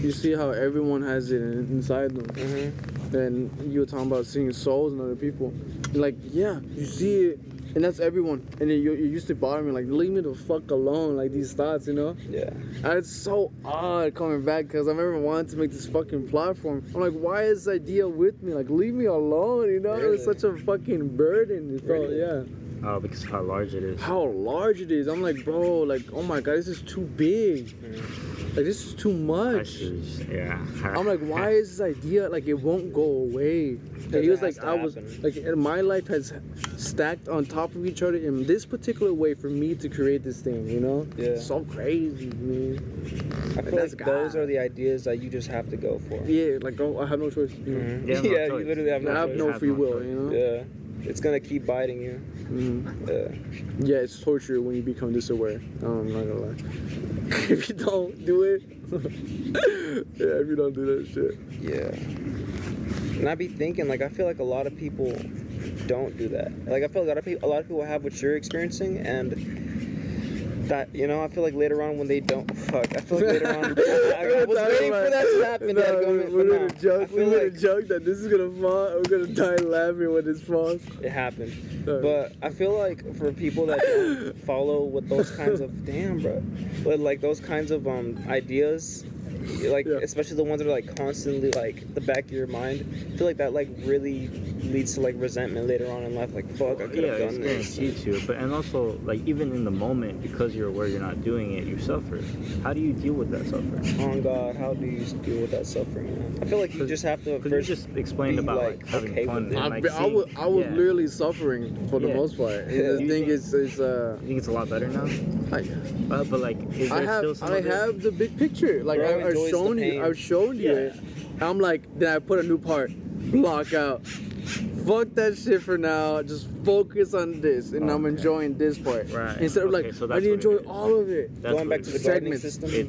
Speaker 1: You see how everyone has it in- inside them.
Speaker 3: Mhm.
Speaker 1: And you were talking about seeing souls in other people. You're like, yeah, you see it. And that's everyone. And then you, you used to bother me, like, leave me the fuck alone, like these thoughts, you know?
Speaker 3: yeah
Speaker 1: And it's so odd coming back because I remember wanting to make this fucking platform. I'm like, why is this idea with me? Like, leave me alone, you know? It was
Speaker 3: Really?
Speaker 1: such a fucking burden. It felt,
Speaker 3: Really?
Speaker 1: yeah.
Speaker 4: oh because of how large it is
Speaker 1: How large it is. I'm like, bro, like, oh my god, this is too big. Like, this is too
Speaker 4: I
Speaker 1: much.
Speaker 4: should- yeah
Speaker 1: I'm like, why is this idea like it won't go away? And he
Speaker 3: it
Speaker 1: was
Speaker 3: has
Speaker 1: like,
Speaker 3: to
Speaker 1: I was
Speaker 3: happen.
Speaker 1: like, and my life has stacked on top of each other in this particular way for me to create this thing. You know,
Speaker 3: Yeah.
Speaker 1: so crazy, man.
Speaker 3: i feel
Speaker 1: that's
Speaker 3: like those
Speaker 1: God.
Speaker 3: are the ideas that you just have to go for
Speaker 1: Yeah, like oh, I have no choice. You know?
Speaker 3: Mhm.
Speaker 4: You have no
Speaker 3: yeah you
Speaker 4: choice.
Speaker 3: literally have no,
Speaker 1: I have
Speaker 3: Mm. choice.
Speaker 1: no
Speaker 4: have
Speaker 1: free
Speaker 4: no
Speaker 1: will.
Speaker 4: choice.
Speaker 1: You know.
Speaker 3: yeah it's gonna keep biting you
Speaker 1: Mhm.
Speaker 3: yeah
Speaker 1: Yeah, it's torture when you become this aware. I'm not gonna lie. if you don't do it, yeah, if you don't do that shit,
Speaker 3: Yeah. And I be thinking, like, I feel like a lot of people don't do that. Like, I feel like a lot of people, a lot of people have what you're experiencing, and that, you know, I feel like later on when they don't, fuck, I feel like later on, I, I, I was waiting for that to happen.
Speaker 1: No,
Speaker 3: dadgummit,
Speaker 1: we-
Speaker 3: but
Speaker 1: we made
Speaker 3: nah.
Speaker 1: a
Speaker 3: I
Speaker 1: joke. We
Speaker 3: feel
Speaker 1: made a
Speaker 3: like
Speaker 1: joke that this is gonna fall. and We're gonna die laughing when this falls.
Speaker 3: it happened.
Speaker 1: No.
Speaker 3: But I feel like for people that don't follow with those kinds of damn, bro, with like those kinds of um ideas, like
Speaker 1: Yeah.
Speaker 3: especially the ones that are like constantly like the back of your mind, I feel like that like really leads to like resentment later on in life. Like fuck, I could
Speaker 4: yeah,
Speaker 3: have
Speaker 4: it's
Speaker 3: done this.
Speaker 4: guaranteed to. But and also, like even in the moment, because you're aware you're not doing it, you suffer. How do you deal with that suffering?
Speaker 3: On Oh, God, how do you deal with that suffering? Man? I feel like you just have to
Speaker 4: Because you
Speaker 3: first.
Speaker 4: just explained
Speaker 3: be,
Speaker 4: about like,
Speaker 3: like,
Speaker 4: having
Speaker 3: okay
Speaker 4: fun
Speaker 3: with
Speaker 4: and
Speaker 1: I,
Speaker 4: like
Speaker 1: be- I
Speaker 4: seeing-
Speaker 1: was, I was
Speaker 4: yeah.
Speaker 1: literally suffering for the
Speaker 4: Yeah.
Speaker 1: most part. And
Speaker 3: Yeah.
Speaker 1: The thing is, is uh,
Speaker 4: You think it's a lot better now,
Speaker 1: I,
Speaker 4: uh, but like, is there
Speaker 1: I
Speaker 4: still
Speaker 1: have,
Speaker 4: some?
Speaker 1: I
Speaker 4: of it?
Speaker 1: have the big picture. Like
Speaker 3: Bro
Speaker 1: I, I've
Speaker 3: enjoys the
Speaker 1: shown you,
Speaker 3: pain.
Speaker 1: I've shown you
Speaker 4: Yeah.
Speaker 1: it. I'm like, then I put a new part, block out. Fuck that shit for now. Just focus on this, and I'm
Speaker 4: Okay.
Speaker 1: enjoying this part
Speaker 4: Right.
Speaker 1: instead of
Speaker 4: Okay,
Speaker 1: like
Speaker 4: so
Speaker 1: I
Speaker 4: that's
Speaker 1: didn't enjoy
Speaker 4: what it is.
Speaker 1: all of it.
Speaker 4: That's what
Speaker 3: Going back
Speaker 4: it
Speaker 3: to the
Speaker 4: is.
Speaker 3: gardening
Speaker 1: Segments.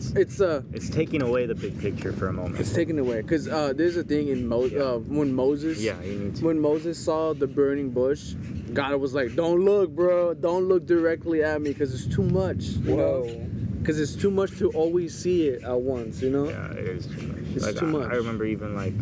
Speaker 3: system,
Speaker 4: It's
Speaker 1: It's uh,
Speaker 4: it's taking away the big picture for a moment.
Speaker 1: it's taken away because uh, there's a thing in Mo-
Speaker 4: Yeah.
Speaker 1: uh, when Moses.
Speaker 4: yeah, you need to.
Speaker 1: When Moses saw the burning bush, God was like, "Don't look, bro. Don't look directly at me, cause it's too much." You know?
Speaker 3: whoa,
Speaker 1: because it's too much to always see it at once. You know.
Speaker 4: Yeah, it is too much.
Speaker 1: It's
Speaker 4: like,
Speaker 1: too
Speaker 4: I,
Speaker 1: much.
Speaker 4: I remember even like,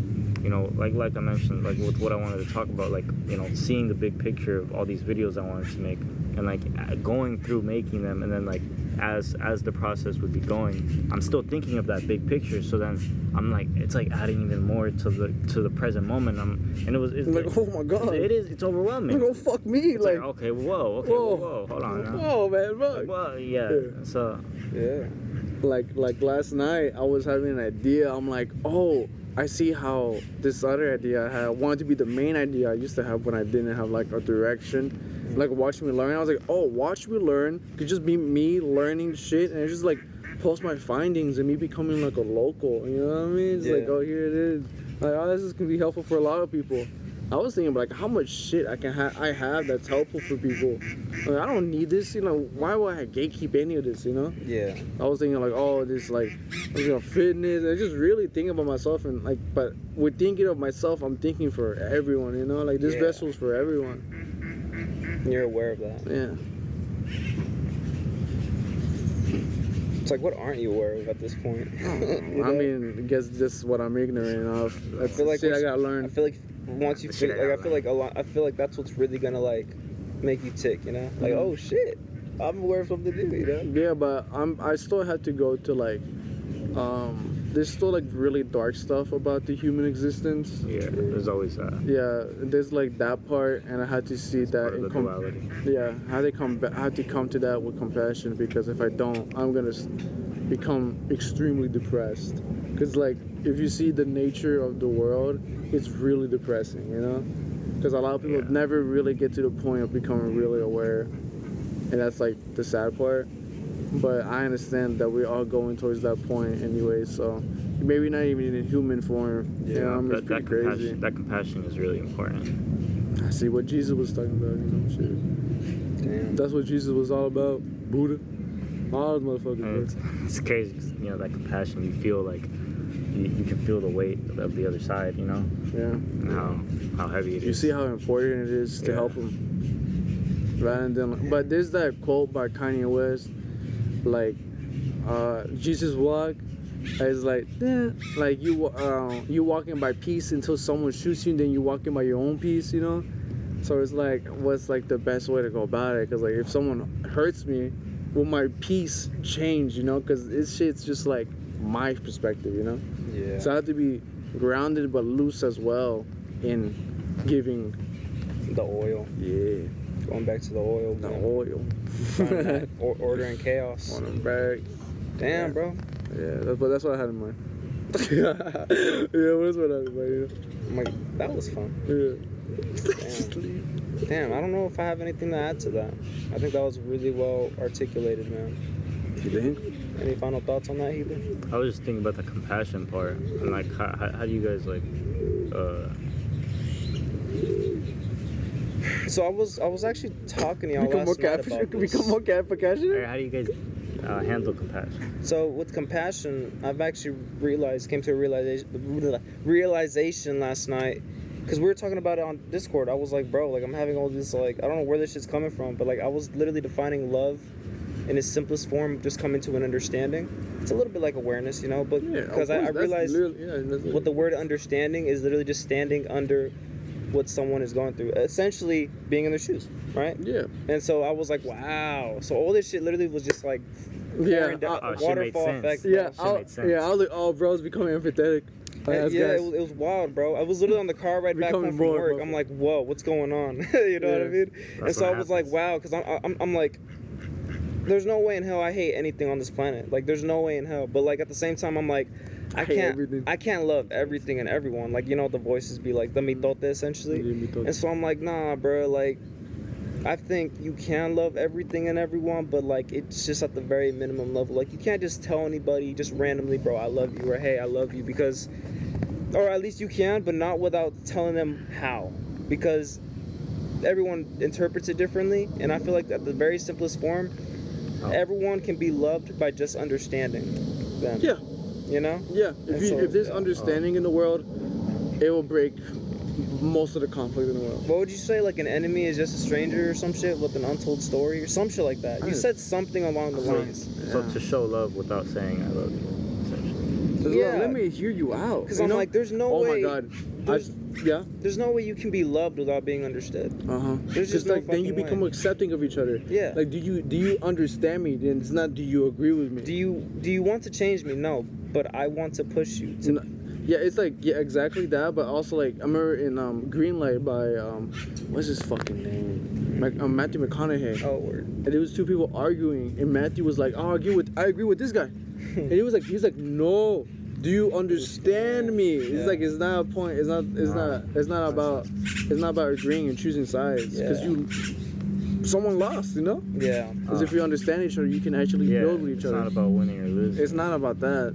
Speaker 4: you know, like like I mentioned, like with what I wanted to talk about, like you know, seeing the big picture of all these videos I wanted to make, and like a- going through making them, and then like as as the process would be going, I'm still thinking of that big picture. So then I'm like, it's like adding even more to the to the present moment. I'm and it was it's,
Speaker 1: I'm like, oh my god.
Speaker 4: it is it's overwhelming.
Speaker 1: Oh, fuck me.
Speaker 4: It's
Speaker 1: like,
Speaker 4: like, okay, whoa, okay,
Speaker 1: whoa,
Speaker 4: whoa, hold on. now.
Speaker 1: Whoa, man,
Speaker 4: Like,
Speaker 1: look.
Speaker 4: well, yeah.
Speaker 1: Yeah.
Speaker 4: So
Speaker 3: Yeah.
Speaker 1: Like, like last night, I was having an idea. I'm like, oh, I see how this other idea I had I wanted to be the main idea I used to have when I didn't have like a direction. Like, watch me learn. I was like, oh, watch me learn could just be me learning shit and it's just like post my findings and me becoming like a local. You know what I mean? It's like,
Speaker 3: Yeah.
Speaker 1: oh, here it is. Like, oh, this is gonna be helpful for a lot of people. I was thinking like how much shit I can ha- I have that's helpful for people. Like, I don't need this, you know. Why would I gatekeep any of this, you know?
Speaker 3: Yeah.
Speaker 1: I was thinking like, oh, this like, you know, fitness. I just really think about myself and like, but with thinking of myself, I'm thinking for everyone, you know, like this
Speaker 3: Yeah.
Speaker 1: vessel's for everyone.
Speaker 3: You're aware of that.
Speaker 1: Yeah.
Speaker 3: It's like, what aren't you aware of at this point? You
Speaker 1: I
Speaker 3: know?
Speaker 1: mean, I guess this is what I'm ignorant of. That's
Speaker 3: feel
Speaker 1: the
Speaker 3: like
Speaker 1: shit I
Speaker 3: what's-
Speaker 1: gotta
Speaker 3: I
Speaker 1: learn.
Speaker 3: feel like once you
Speaker 4: The shit
Speaker 3: feel,
Speaker 4: I
Speaker 3: like I
Speaker 4: got
Speaker 3: feel like a lot I feel like that's what's really gonna like make you tick, you know? Like,
Speaker 1: Mhm.
Speaker 3: oh shit. I'm aware of something new, you know?
Speaker 1: Yeah, but I'm I still have to go to like, um, there's still like really dark stuff about the human existence.
Speaker 4: yeah, there's always that.
Speaker 1: Yeah, there's like that part, and I had to see that
Speaker 4: part of
Speaker 1: in
Speaker 4: the
Speaker 1: com-
Speaker 4: duality.
Speaker 1: Yeah, how they come back, how to come to that with compassion because if I don't, I'm gonna s- become extremely depressed. Cause like if you see the nature of the world, it's really depressing, you know. Cause a lot of people
Speaker 4: Yeah.
Speaker 1: never really get to the point of becoming really aware, and that's like the sad part. But I understand that we're all going towards that point anyway, so maybe not even in human form. Yeah, you know, I mean, it's
Speaker 4: that,
Speaker 1: pretty
Speaker 4: that
Speaker 1: crazy.
Speaker 4: compassion, that compassion is really important.
Speaker 1: I see what Jesus was talking about, you know, shit.
Speaker 3: Damn.
Speaker 1: That's what Jesus was all about. Buddha. All those motherfuckers.
Speaker 4: And
Speaker 1: bro.
Speaker 4: it's, it's crazy, 'cause, you know, that compassion. You feel like you, you can feel the weight of the other side, you know,
Speaker 1: Yeah.
Speaker 4: and how how heavy it is.
Speaker 1: You see how important it is to
Speaker 4: Yeah.
Speaker 1: help them. Rather than, but there's that quote by Kanye West, like, uh, Jesus walk. It's like, eh, like you uh, you walking by peace until someone shoots you, and then you walking by your own peace, you know. So it's like, what's like the best way to go about it? Cause like if someone hurts me, will my peace change, you know? Cause this shit's just like my perspective, you know.
Speaker 3: Yeah.
Speaker 1: So I have to be grounded but loose as well in giving.
Speaker 3: the oil.
Speaker 1: Yeah,
Speaker 3: Going back to the oil.
Speaker 1: the
Speaker 3: man.
Speaker 1: oil.
Speaker 3: Find that or, order and chaos.
Speaker 1: On them back.
Speaker 3: Damn, bro.
Speaker 1: Yeah, that's, but that's what I had in mind. yeah, that's what I had in mind.
Speaker 3: I'm like, that was fun.
Speaker 1: you know? Yeah. Just leave.
Speaker 3: Damn, I don't know if I have anything to add to that. I think that was really well articulated, man.
Speaker 1: You think?
Speaker 3: Any final thoughts on that, Heathen?
Speaker 4: I was just thinking about the compassion part, and like, how, how, how do you guys like? Uh,
Speaker 3: So I was I was actually talking to y'all
Speaker 1: Become more
Speaker 3: last night
Speaker 1: catfish.
Speaker 3: about this.
Speaker 1: Become more
Speaker 4: or
Speaker 1: catfish.
Speaker 4: how do you guys uh, handle compassion?
Speaker 3: So with compassion, I've actually realized came to a realization realization last night because we were talking about it on Discord. I was like, bro, like I'm having all this like I don't know where this shit's coming from, but like I was literally defining love in its simplest form, just coming to an understanding. It's a little bit like awareness, you know, but
Speaker 1: Yeah, of
Speaker 3: because I,
Speaker 1: course,
Speaker 3: I
Speaker 1: that's
Speaker 3: realized
Speaker 1: literally- Yeah, that's
Speaker 3: what the word understanding is literally just standing under what someone is going through, essentially being in their shoes, right?
Speaker 1: Yeah.
Speaker 3: And so I was like, wow. So all this shit literally was just like
Speaker 1: Yeah.
Speaker 3: pouring down-
Speaker 1: I,
Speaker 4: Oh, shit
Speaker 3: waterfall
Speaker 4: made sense.
Speaker 3: effect.
Speaker 1: yeah.
Speaker 4: shit
Speaker 1: I,
Speaker 4: made sense.
Speaker 1: yeah. I was like, oh, bro, it's becoming empathetic. Like,
Speaker 3: Uh,
Speaker 1: that's
Speaker 3: yeah,
Speaker 1: guys.
Speaker 3: it was, it was wild, bro. I was literally on the car right back home
Speaker 1: Becoming
Speaker 3: from
Speaker 1: more
Speaker 3: work.
Speaker 1: vocal.
Speaker 3: I'm like, whoa, what's going on? you know what I
Speaker 1: Yeah.
Speaker 3: mean? and
Speaker 4: That's
Speaker 3: so I
Speaker 4: what
Speaker 3: was like,
Speaker 4: happens.
Speaker 3: wow, because I'm, I'm, I'm like, there's no way in hell I hate anything on this planet. Like, there's no way in hell. But like at the same time, I'm like, I,
Speaker 1: I hate
Speaker 3: can't,
Speaker 1: everything.
Speaker 3: I can't love everything and everyone. Like you know, the voices be like the
Speaker 4: Mm.
Speaker 3: mitote essentially.
Speaker 1: Yeah, mitote.
Speaker 3: And so I'm like, nah, bro. Like, I think you can love everything and everyone, but like it's just at the very minimum level. Like you can't just tell anybody just randomly, bro, I love you or hey, I love you because or at least you can, but not without telling them how. Because everyone interprets it differently, and I feel like at the very simplest form,
Speaker 4: Oh.
Speaker 3: everyone can be loved by just understanding them.
Speaker 1: Yeah.
Speaker 3: You know?
Speaker 1: Yeah, if,
Speaker 3: And
Speaker 1: you,
Speaker 3: so,
Speaker 1: if there's
Speaker 3: yeah. uh,
Speaker 1: understanding in the world, it will break most of the conflict in the world.
Speaker 3: What would you say? Like an enemy is just a stranger or some shit with an untold story or some shit like that. You
Speaker 1: Right.
Speaker 3: said something along the
Speaker 4: So-
Speaker 3: lines.
Speaker 4: So
Speaker 1: Yeah.
Speaker 4: to show love without saying I love you, essentially.
Speaker 1: Look,
Speaker 3: Yeah.
Speaker 1: Let me hear you out.
Speaker 3: Because
Speaker 1: you
Speaker 3: I'm
Speaker 1: know?
Speaker 3: like, there's no
Speaker 1: oh my
Speaker 3: way.
Speaker 1: god. I,
Speaker 3: There's,
Speaker 1: yeah.
Speaker 3: there's no way you can be loved without being understood.
Speaker 1: Uh huh.
Speaker 3: There's just
Speaker 1: Just
Speaker 3: no
Speaker 1: like then you
Speaker 3: fucking
Speaker 1: become
Speaker 3: way.
Speaker 1: accepting of each other.
Speaker 3: Yeah.
Speaker 1: Like, do you do you understand me? Then it's not do you agree with me.
Speaker 3: do you do you want to change me? No, but I want to push you. To,
Speaker 1: N- yeah, it's like yeah, exactly that. But also like I remember in um, Greenlight by um, what's his fucking name, Mac- um, Matthew McConaughey.
Speaker 3: oh, word.
Speaker 1: And there was two people arguing, and Matthew was like, "Oh, "I agree with I agree with this guy," and he was like, "He's like, no, do you understand me?" It's
Speaker 3: Yeah.
Speaker 1: like it's not a point. It's not. It's
Speaker 4: Wow.
Speaker 1: not. It's not about. It's not about agreeing and choosing sides because
Speaker 3: Yeah.
Speaker 1: you, someone lost, you know.
Speaker 3: Yeah.
Speaker 1: Because
Speaker 4: Uh,
Speaker 1: if you understand each other, you can actually
Speaker 4: Yeah,
Speaker 1: build with each
Speaker 4: it's
Speaker 1: other.
Speaker 4: not about winning or losing.
Speaker 1: it's not about that.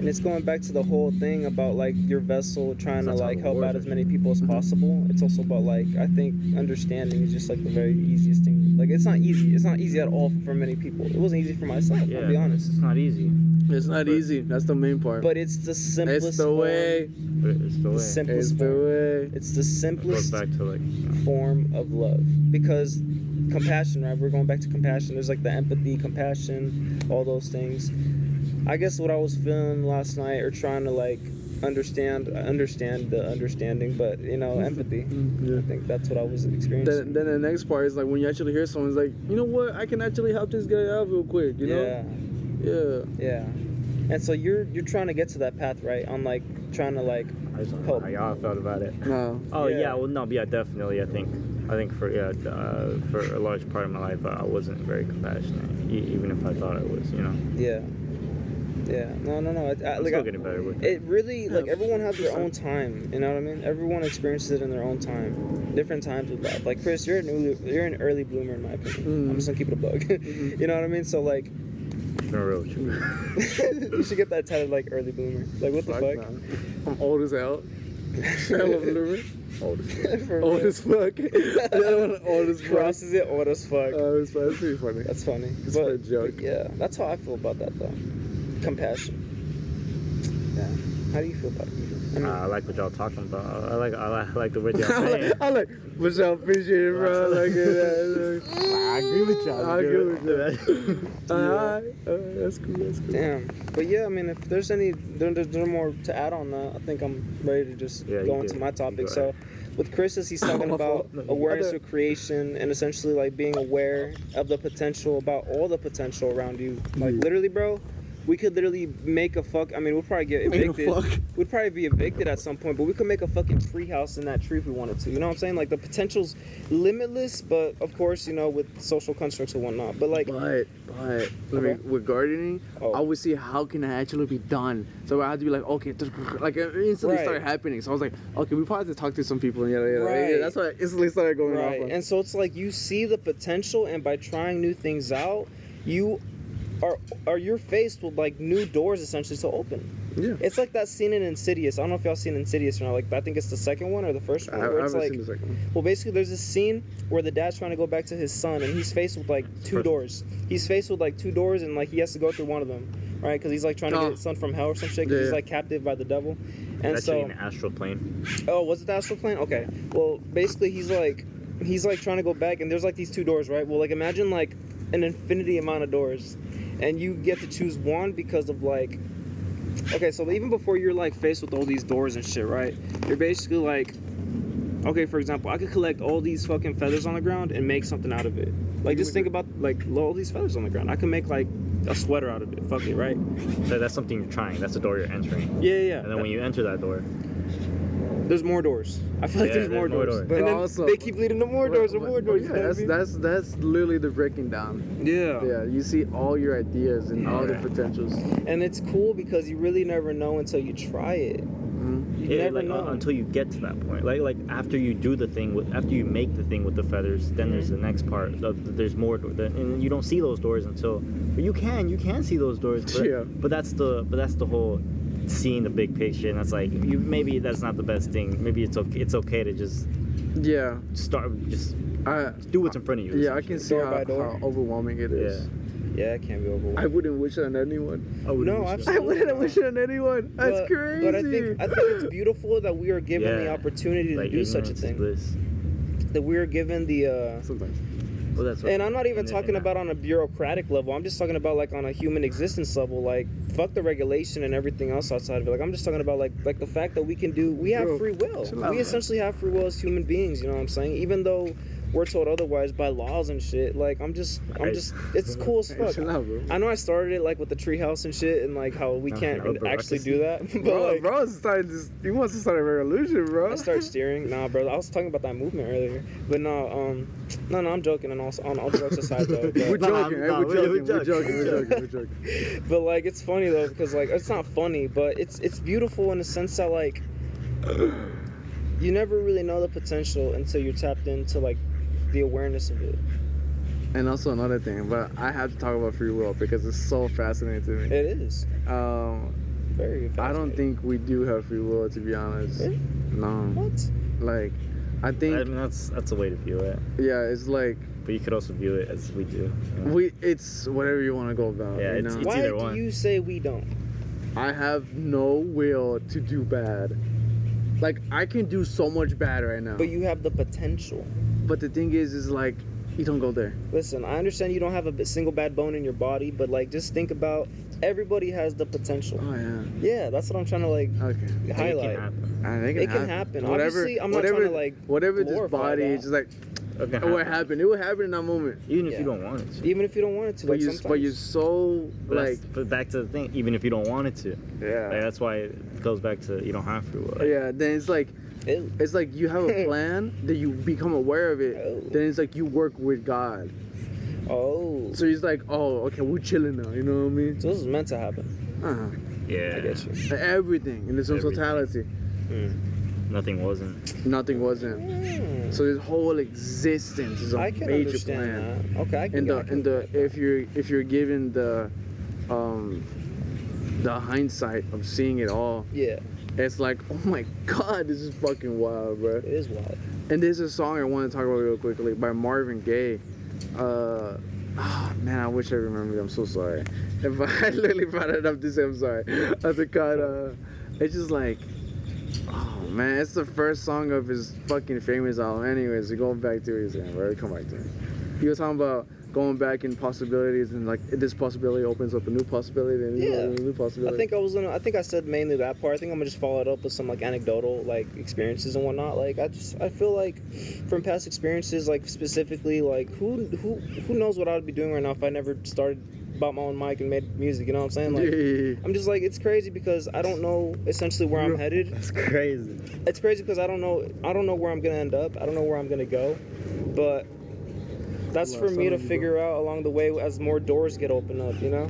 Speaker 3: And it's going back to the whole thing about like your vessel trying to
Speaker 4: That's how
Speaker 3: like
Speaker 4: the
Speaker 3: help
Speaker 4: wars
Speaker 3: out
Speaker 4: are.
Speaker 3: as many people
Speaker 1: Mm-hmm.
Speaker 3: as possible. It's also about like I think understanding is just like the very easiest thing. Like it's not easy. It's not easy at all for many people. It wasn't easy for myself. I'll
Speaker 4: Yeah.
Speaker 3: be honest.
Speaker 4: It's not easy,
Speaker 1: It's not
Speaker 4: But-
Speaker 1: easy. That's the main part.
Speaker 3: But it's the simplest.
Speaker 1: it's the
Speaker 3: form.
Speaker 1: way.
Speaker 4: but it's the way.
Speaker 3: The
Speaker 4: It
Speaker 1: It's
Speaker 3: simplest. form.
Speaker 1: the way.
Speaker 3: It's the
Speaker 4: goes
Speaker 3: simplest
Speaker 4: back to like you know,
Speaker 3: form of love because compassion right we're going back to compassion there's like the empathy compassion all those things i guess what i was feeling last night or trying to like understand I understand the understanding but you know empathy
Speaker 1: Mm,
Speaker 3: i
Speaker 1: yeah.
Speaker 3: think that's what i was
Speaker 1: Then,
Speaker 3: experiencing
Speaker 1: then the next part is like when you actually hear someone's like, you know what, I can actually help this guy out real quick, you know? Yeah.
Speaker 3: yeah yeah and so you're you're trying to get to that path right on like trying to like
Speaker 4: I just don't know
Speaker 3: Help.
Speaker 4: how y'all felt about it.
Speaker 1: No.
Speaker 4: Oh
Speaker 3: Yeah.
Speaker 4: yeah. well no, yeah, definitely. I think, I think for yeah, uh, for a large part of my life, I wasn't very compassionate, e- even if I thought I was. You know,
Speaker 3: yeah yeah no no no I, I,
Speaker 4: I'm
Speaker 3: like
Speaker 4: still
Speaker 3: I-
Speaker 4: getting better with it.
Speaker 3: It really
Speaker 1: Yeah,
Speaker 3: like everyone has their
Speaker 1: sure.
Speaker 3: own time. You know what I mean? Everyone experiences it in their own time, different times of life. Like Chris, you're an early, you're an early bloomer in my opinion.
Speaker 1: Mhm.
Speaker 3: I'm just gonna keep it a bug.
Speaker 1: Mm-hmm.
Speaker 3: you know what I mean? So like,
Speaker 4: It's been real true.
Speaker 3: you should get that title like early bloomer. Like what the
Speaker 1: Fuck,
Speaker 3: fuck?
Speaker 1: man. I'm old as hell. I love Lumen.
Speaker 4: Old as fuck.
Speaker 3: For
Speaker 1: Old
Speaker 3: real.
Speaker 1: as fuck. the other one, old as fuck.
Speaker 3: Ross is it old as fuck.
Speaker 1: Uh, it's, it's pretty funny.
Speaker 3: that's funny.
Speaker 1: it's
Speaker 3: but,
Speaker 1: a joke.
Speaker 3: but yeah, that's how I feel about that though. Compassion. Yeah. How do you feel about it? I mean,
Speaker 4: Uh, I like what y'all talking about. I like, I like, I like the way y'all
Speaker 1: I
Speaker 4: saying.
Speaker 1: like, I like, Michelle, appreciate it, bro. Like, uh,
Speaker 4: I agree with y'all.
Speaker 1: I agree with
Speaker 4: you.
Speaker 1: uh, uh, that's cool, that's cool.
Speaker 3: Damn. But yeah, I mean, if there's any, there, there- there's more to add on that. I think I'm ready to just
Speaker 4: Yeah, you
Speaker 3: go into
Speaker 4: did.
Speaker 3: my
Speaker 4: You
Speaker 3: topic.
Speaker 4: go
Speaker 3: So, with Chris's, he's talking
Speaker 1: My
Speaker 3: about
Speaker 1: fault. No, you-
Speaker 3: awareness
Speaker 1: other-
Speaker 3: of creation and essentially like being aware of the potential about all the potential around you. Like
Speaker 1: Yeah.
Speaker 3: literally, bro, we could literally make a fuck. I mean, we'll probably get
Speaker 1: Make a
Speaker 3: evicted.
Speaker 1: fuck.
Speaker 3: We'd probably be evicted at some point, but we could make a fucking tree house in that tree if we wanted to. You know what I'm saying? Like the potential's limitless, but of course, you know, with social constructs and whatnot. But like,
Speaker 1: But but let
Speaker 3: Okay.
Speaker 1: me, with gardening,
Speaker 3: Oh.
Speaker 1: I would see how can I actually be done. So I had to be like, okay, like it instantly
Speaker 3: Right.
Speaker 1: started happening. So I was like, okay, we probably have to talk to some people. And yada, yada, yada.
Speaker 3: Right.
Speaker 1: That's why I instantly started going
Speaker 3: right
Speaker 1: off. On.
Speaker 3: and so it's like you see the potential and by trying new things out you are are you're faced with like new doors essentially to open
Speaker 1: yeah,
Speaker 3: it's like that scene in insidious i don't know if y'all seen insidious or not like i think it's the second one or the first
Speaker 1: I,
Speaker 3: one
Speaker 1: I
Speaker 3: where
Speaker 1: haven't
Speaker 3: it's like
Speaker 1: seen the second one.
Speaker 3: well basically there's this scene where the dad's trying to go back to his son and he's faced with like two
Speaker 4: First-
Speaker 3: doors he's faced with like two doors and like he has to go through one of them right because he's like trying to
Speaker 1: Oh.
Speaker 3: get his son from hell or some shit 'cause
Speaker 1: Yeah,
Speaker 3: he's
Speaker 1: yeah.
Speaker 3: like captive by the devil and
Speaker 4: That's
Speaker 3: so
Speaker 4: an astral plane.
Speaker 3: Oh, was it the astral plane? Okay. Well, basically, he's like, he's like trying to go back, and there's like these two doors, right? Well, like imagine like an infinity amount of doors, and you get to choose one because of like, okay, so even before you're like faced with all these doors and shit, right? You're basically like, okay, for example, I could collect all these fucking feathers on the ground and make something out of it. Like, just think about like all these feathers on the ground. I can make like a sweater out of it. Fuck it, right?
Speaker 4: So that's something you're trying. That's the door you're entering.
Speaker 3: Yeah, yeah. yeah.
Speaker 4: And then when you enter that door,
Speaker 3: There's more doors. I feel like
Speaker 4: Yeah,
Speaker 3: there's, more, doors.
Speaker 1: But
Speaker 3: and then
Speaker 1: also-
Speaker 3: they keep leading to more doors and
Speaker 1: But-
Speaker 3: more
Speaker 1: but
Speaker 3: doors.
Speaker 1: Yeah,
Speaker 3: you know what I
Speaker 1: that's
Speaker 3: mean? Oh.
Speaker 1: that's that's literally the breaking down.
Speaker 3: yeah.
Speaker 1: Yeah, you see all your ideas and all the
Speaker 4: Yeah.
Speaker 1: potentials.
Speaker 3: And it's cool because you really never know until you try it.
Speaker 1: Mhm.
Speaker 3: You
Speaker 4: Yeah,
Speaker 3: never
Speaker 4: like uh,
Speaker 3: know.
Speaker 4: un- until you get to that point. Like like after you do the thing with after you make the thing with the feathers, then there's the
Speaker 3: Mm-hmm.
Speaker 4: next part. of- There's more door, then- and you don't see those doors until. But you can you can see those doors. But,
Speaker 1: Yeah.
Speaker 4: But that's the but that's the whole seeing the big picture, and that's like you maybe that's not the best thing. Maybe it's okay it's okay to just
Speaker 1: Yeah,
Speaker 4: start just
Speaker 1: I
Speaker 4: do what's in front of you.
Speaker 1: yeah I can see
Speaker 3: Door
Speaker 1: how,
Speaker 3: by door.
Speaker 1: how overwhelming it
Speaker 4: Yeah.
Speaker 1: is.
Speaker 3: Yeah, it can't be overwhelming.
Speaker 1: I wouldn't wish it on anyone.
Speaker 2: I wouldn't
Speaker 3: No,
Speaker 2: wish
Speaker 3: absolutely.
Speaker 1: I wouldn't wish it on anyone. That's
Speaker 3: but,
Speaker 1: crazy.
Speaker 3: But I think I think it's beautiful that we are given the
Speaker 4: Yeah.
Speaker 3: opportunity to
Speaker 4: Like
Speaker 3: do such a
Speaker 4: ignorance is
Speaker 3: thing.
Speaker 4: bliss.
Speaker 3: That we are given the. Uh,
Speaker 2: sometimes.
Speaker 4: Well, that's what.
Speaker 3: and I'm not even
Speaker 4: and-
Speaker 3: talking
Speaker 4: and I-
Speaker 3: about on a bureaucratic level. I'm just talking about like on a human existence level. Like fuck the regulation and everything else outside of it. Like I'm just talking about like like the fact that we can do. We have
Speaker 2: Bro,
Speaker 3: free will.
Speaker 2: chill out,
Speaker 3: We
Speaker 2: man.
Speaker 3: essentially have free will as human beings. You know what I'm saying? Even though we're told otherwise by laws and shit. Like I'm just I'm
Speaker 4: Right.
Speaker 3: just it's cool as fuck.
Speaker 2: Chill out, bro.
Speaker 3: I know I started it like with the treehouse and shit, and like how we
Speaker 4: No,
Speaker 3: can't
Speaker 4: no, bro, I
Speaker 3: actually
Speaker 4: can
Speaker 3: do
Speaker 4: see-
Speaker 3: that. But
Speaker 1: bro,
Speaker 3: like,
Speaker 1: bro, is starting to, he wants to start a revolution, bro.
Speaker 3: I start steering. Nah, bro. I was talking about that movement earlier, but no, um, no, no. I'm joking, and also on all jokes aside though.
Speaker 1: We're
Speaker 3: But,
Speaker 2: No, no,
Speaker 1: joking,
Speaker 2: no,
Speaker 1: eh? we're,
Speaker 2: we-
Speaker 1: joking,
Speaker 2: we
Speaker 1: we're
Speaker 2: joke,
Speaker 1: joking,
Speaker 2: we
Speaker 1: we're
Speaker 2: joke.
Speaker 1: joking, we're joking.
Speaker 3: but like, it's funny though because like it's not funny, but it's it's beautiful in the sense that like you never really know the potential until you're tapped into like the awareness of it.
Speaker 1: And also another thing, but I have to talk about free will because it's so fascinating to me.
Speaker 3: It is
Speaker 1: Um,
Speaker 3: very.
Speaker 1: I don't
Speaker 3: fascinating.
Speaker 1: think we do have free will, to be honest.
Speaker 3: Really?
Speaker 1: No,
Speaker 3: What?
Speaker 1: like, I
Speaker 4: I
Speaker 1: think
Speaker 4: mean, that's that's a way to view it,
Speaker 1: yeah, it's like
Speaker 4: but you could also view it as we do. you know?
Speaker 1: we, it's whatever you want to go about.
Speaker 4: Yeah,
Speaker 1: you
Speaker 4: it's-
Speaker 1: know?
Speaker 4: it's-
Speaker 3: Why
Speaker 4: either
Speaker 3: do
Speaker 4: one.
Speaker 3: you say we don't?
Speaker 1: I have no will to do bad. Like I can do so much bad right now.
Speaker 3: But you have the potential.
Speaker 1: But the thing is, is like you don't go there.
Speaker 3: Listen, I understand you don't have a b- single bad bone in your body, but like just think about everybody has the potential.
Speaker 1: Oh yeah.
Speaker 3: Yeah, that's what I'm trying to like
Speaker 1: Okay.
Speaker 4: Like, it
Speaker 3: highlight.
Speaker 4: can happen.
Speaker 1: I think
Speaker 3: It can happen. Obviously, I'm not
Speaker 1: whatever,
Speaker 3: trying to, like,
Speaker 1: whatever this
Speaker 3: glorify
Speaker 1: body
Speaker 3: that.
Speaker 1: is just like
Speaker 4: It can
Speaker 1: it will
Speaker 4: happen.
Speaker 1: happen. It will happen in that moment.
Speaker 4: Even if
Speaker 3: Yeah.
Speaker 4: you don't want it to.
Speaker 3: Even if you don't want it to,
Speaker 1: But
Speaker 3: like
Speaker 1: you, but
Speaker 3: sometimes.
Speaker 1: you're so
Speaker 4: But
Speaker 1: like
Speaker 4: that's- but back to the thing, even if you don't want it to, like,
Speaker 1: yeah.
Speaker 4: that's why it goes back to you don't have free will.
Speaker 1: Oh, Yeah, then it's like
Speaker 3: Ew.
Speaker 1: it's like you have a plan that you become aware of it.
Speaker 3: Oh.
Speaker 1: Then it's like you work with God.
Speaker 3: oh, so
Speaker 1: So he's like, oh, okay, we're chilling now. You know what I mean?
Speaker 3: this is meant to happen.
Speaker 1: Uh-huh.
Speaker 4: yeah.
Speaker 3: I get you.
Speaker 1: Everything in its own
Speaker 4: Everything.
Speaker 1: totality.
Speaker 4: Nothing wasn't.
Speaker 1: Nothing wasn't.
Speaker 3: Mm,
Speaker 1: So his whole existence is a
Speaker 3: I can
Speaker 1: major
Speaker 3: understand
Speaker 1: plan.
Speaker 3: that. Okay, I can.
Speaker 1: And the
Speaker 3: I can
Speaker 1: and the if you're if you're given the um the hindsight of seeing it all,
Speaker 3: yeah,
Speaker 1: it's like, oh my god, this is fucking wild, bro.
Speaker 3: it is wild.
Speaker 1: And there's a song I want to talk about real quickly by Marvin Gaye. Uh, oh, man, I wish I remembered. I'm so sorry. If I, I literally brought it up to say I'm sorry. I think I, uh, it's just like, oh man, it's the first song of his fucking famous album. Anyways, we're going back to it again, bro. Come back to it. He was talking about going back in possibilities and like this possibility opens up a new possibility and
Speaker 3: Yeah.
Speaker 1: a new
Speaker 3: I
Speaker 1: possibility.
Speaker 3: think I was gonna. I think I said mainly that part. I think I'm gonna just follow it up with some like anecdotal like experiences and whatnot. Like I just I feel like from past experiences, like specifically like who who who knows what I'd be doing right now if I never started bought my own mic and made music. You know what I'm saying? Like
Speaker 1: Yeah.
Speaker 3: I'm just like it's crazy because I don't know essentially where I'm headed.
Speaker 4: That's crazy.
Speaker 3: It's crazy because I don't know I don't know where I'm gonna end up. I don't know where I'm gonna go, but. That's
Speaker 1: Well,
Speaker 3: for me
Speaker 1: some
Speaker 3: to
Speaker 1: of you
Speaker 3: figure out along the way as more doors get opened up, you know?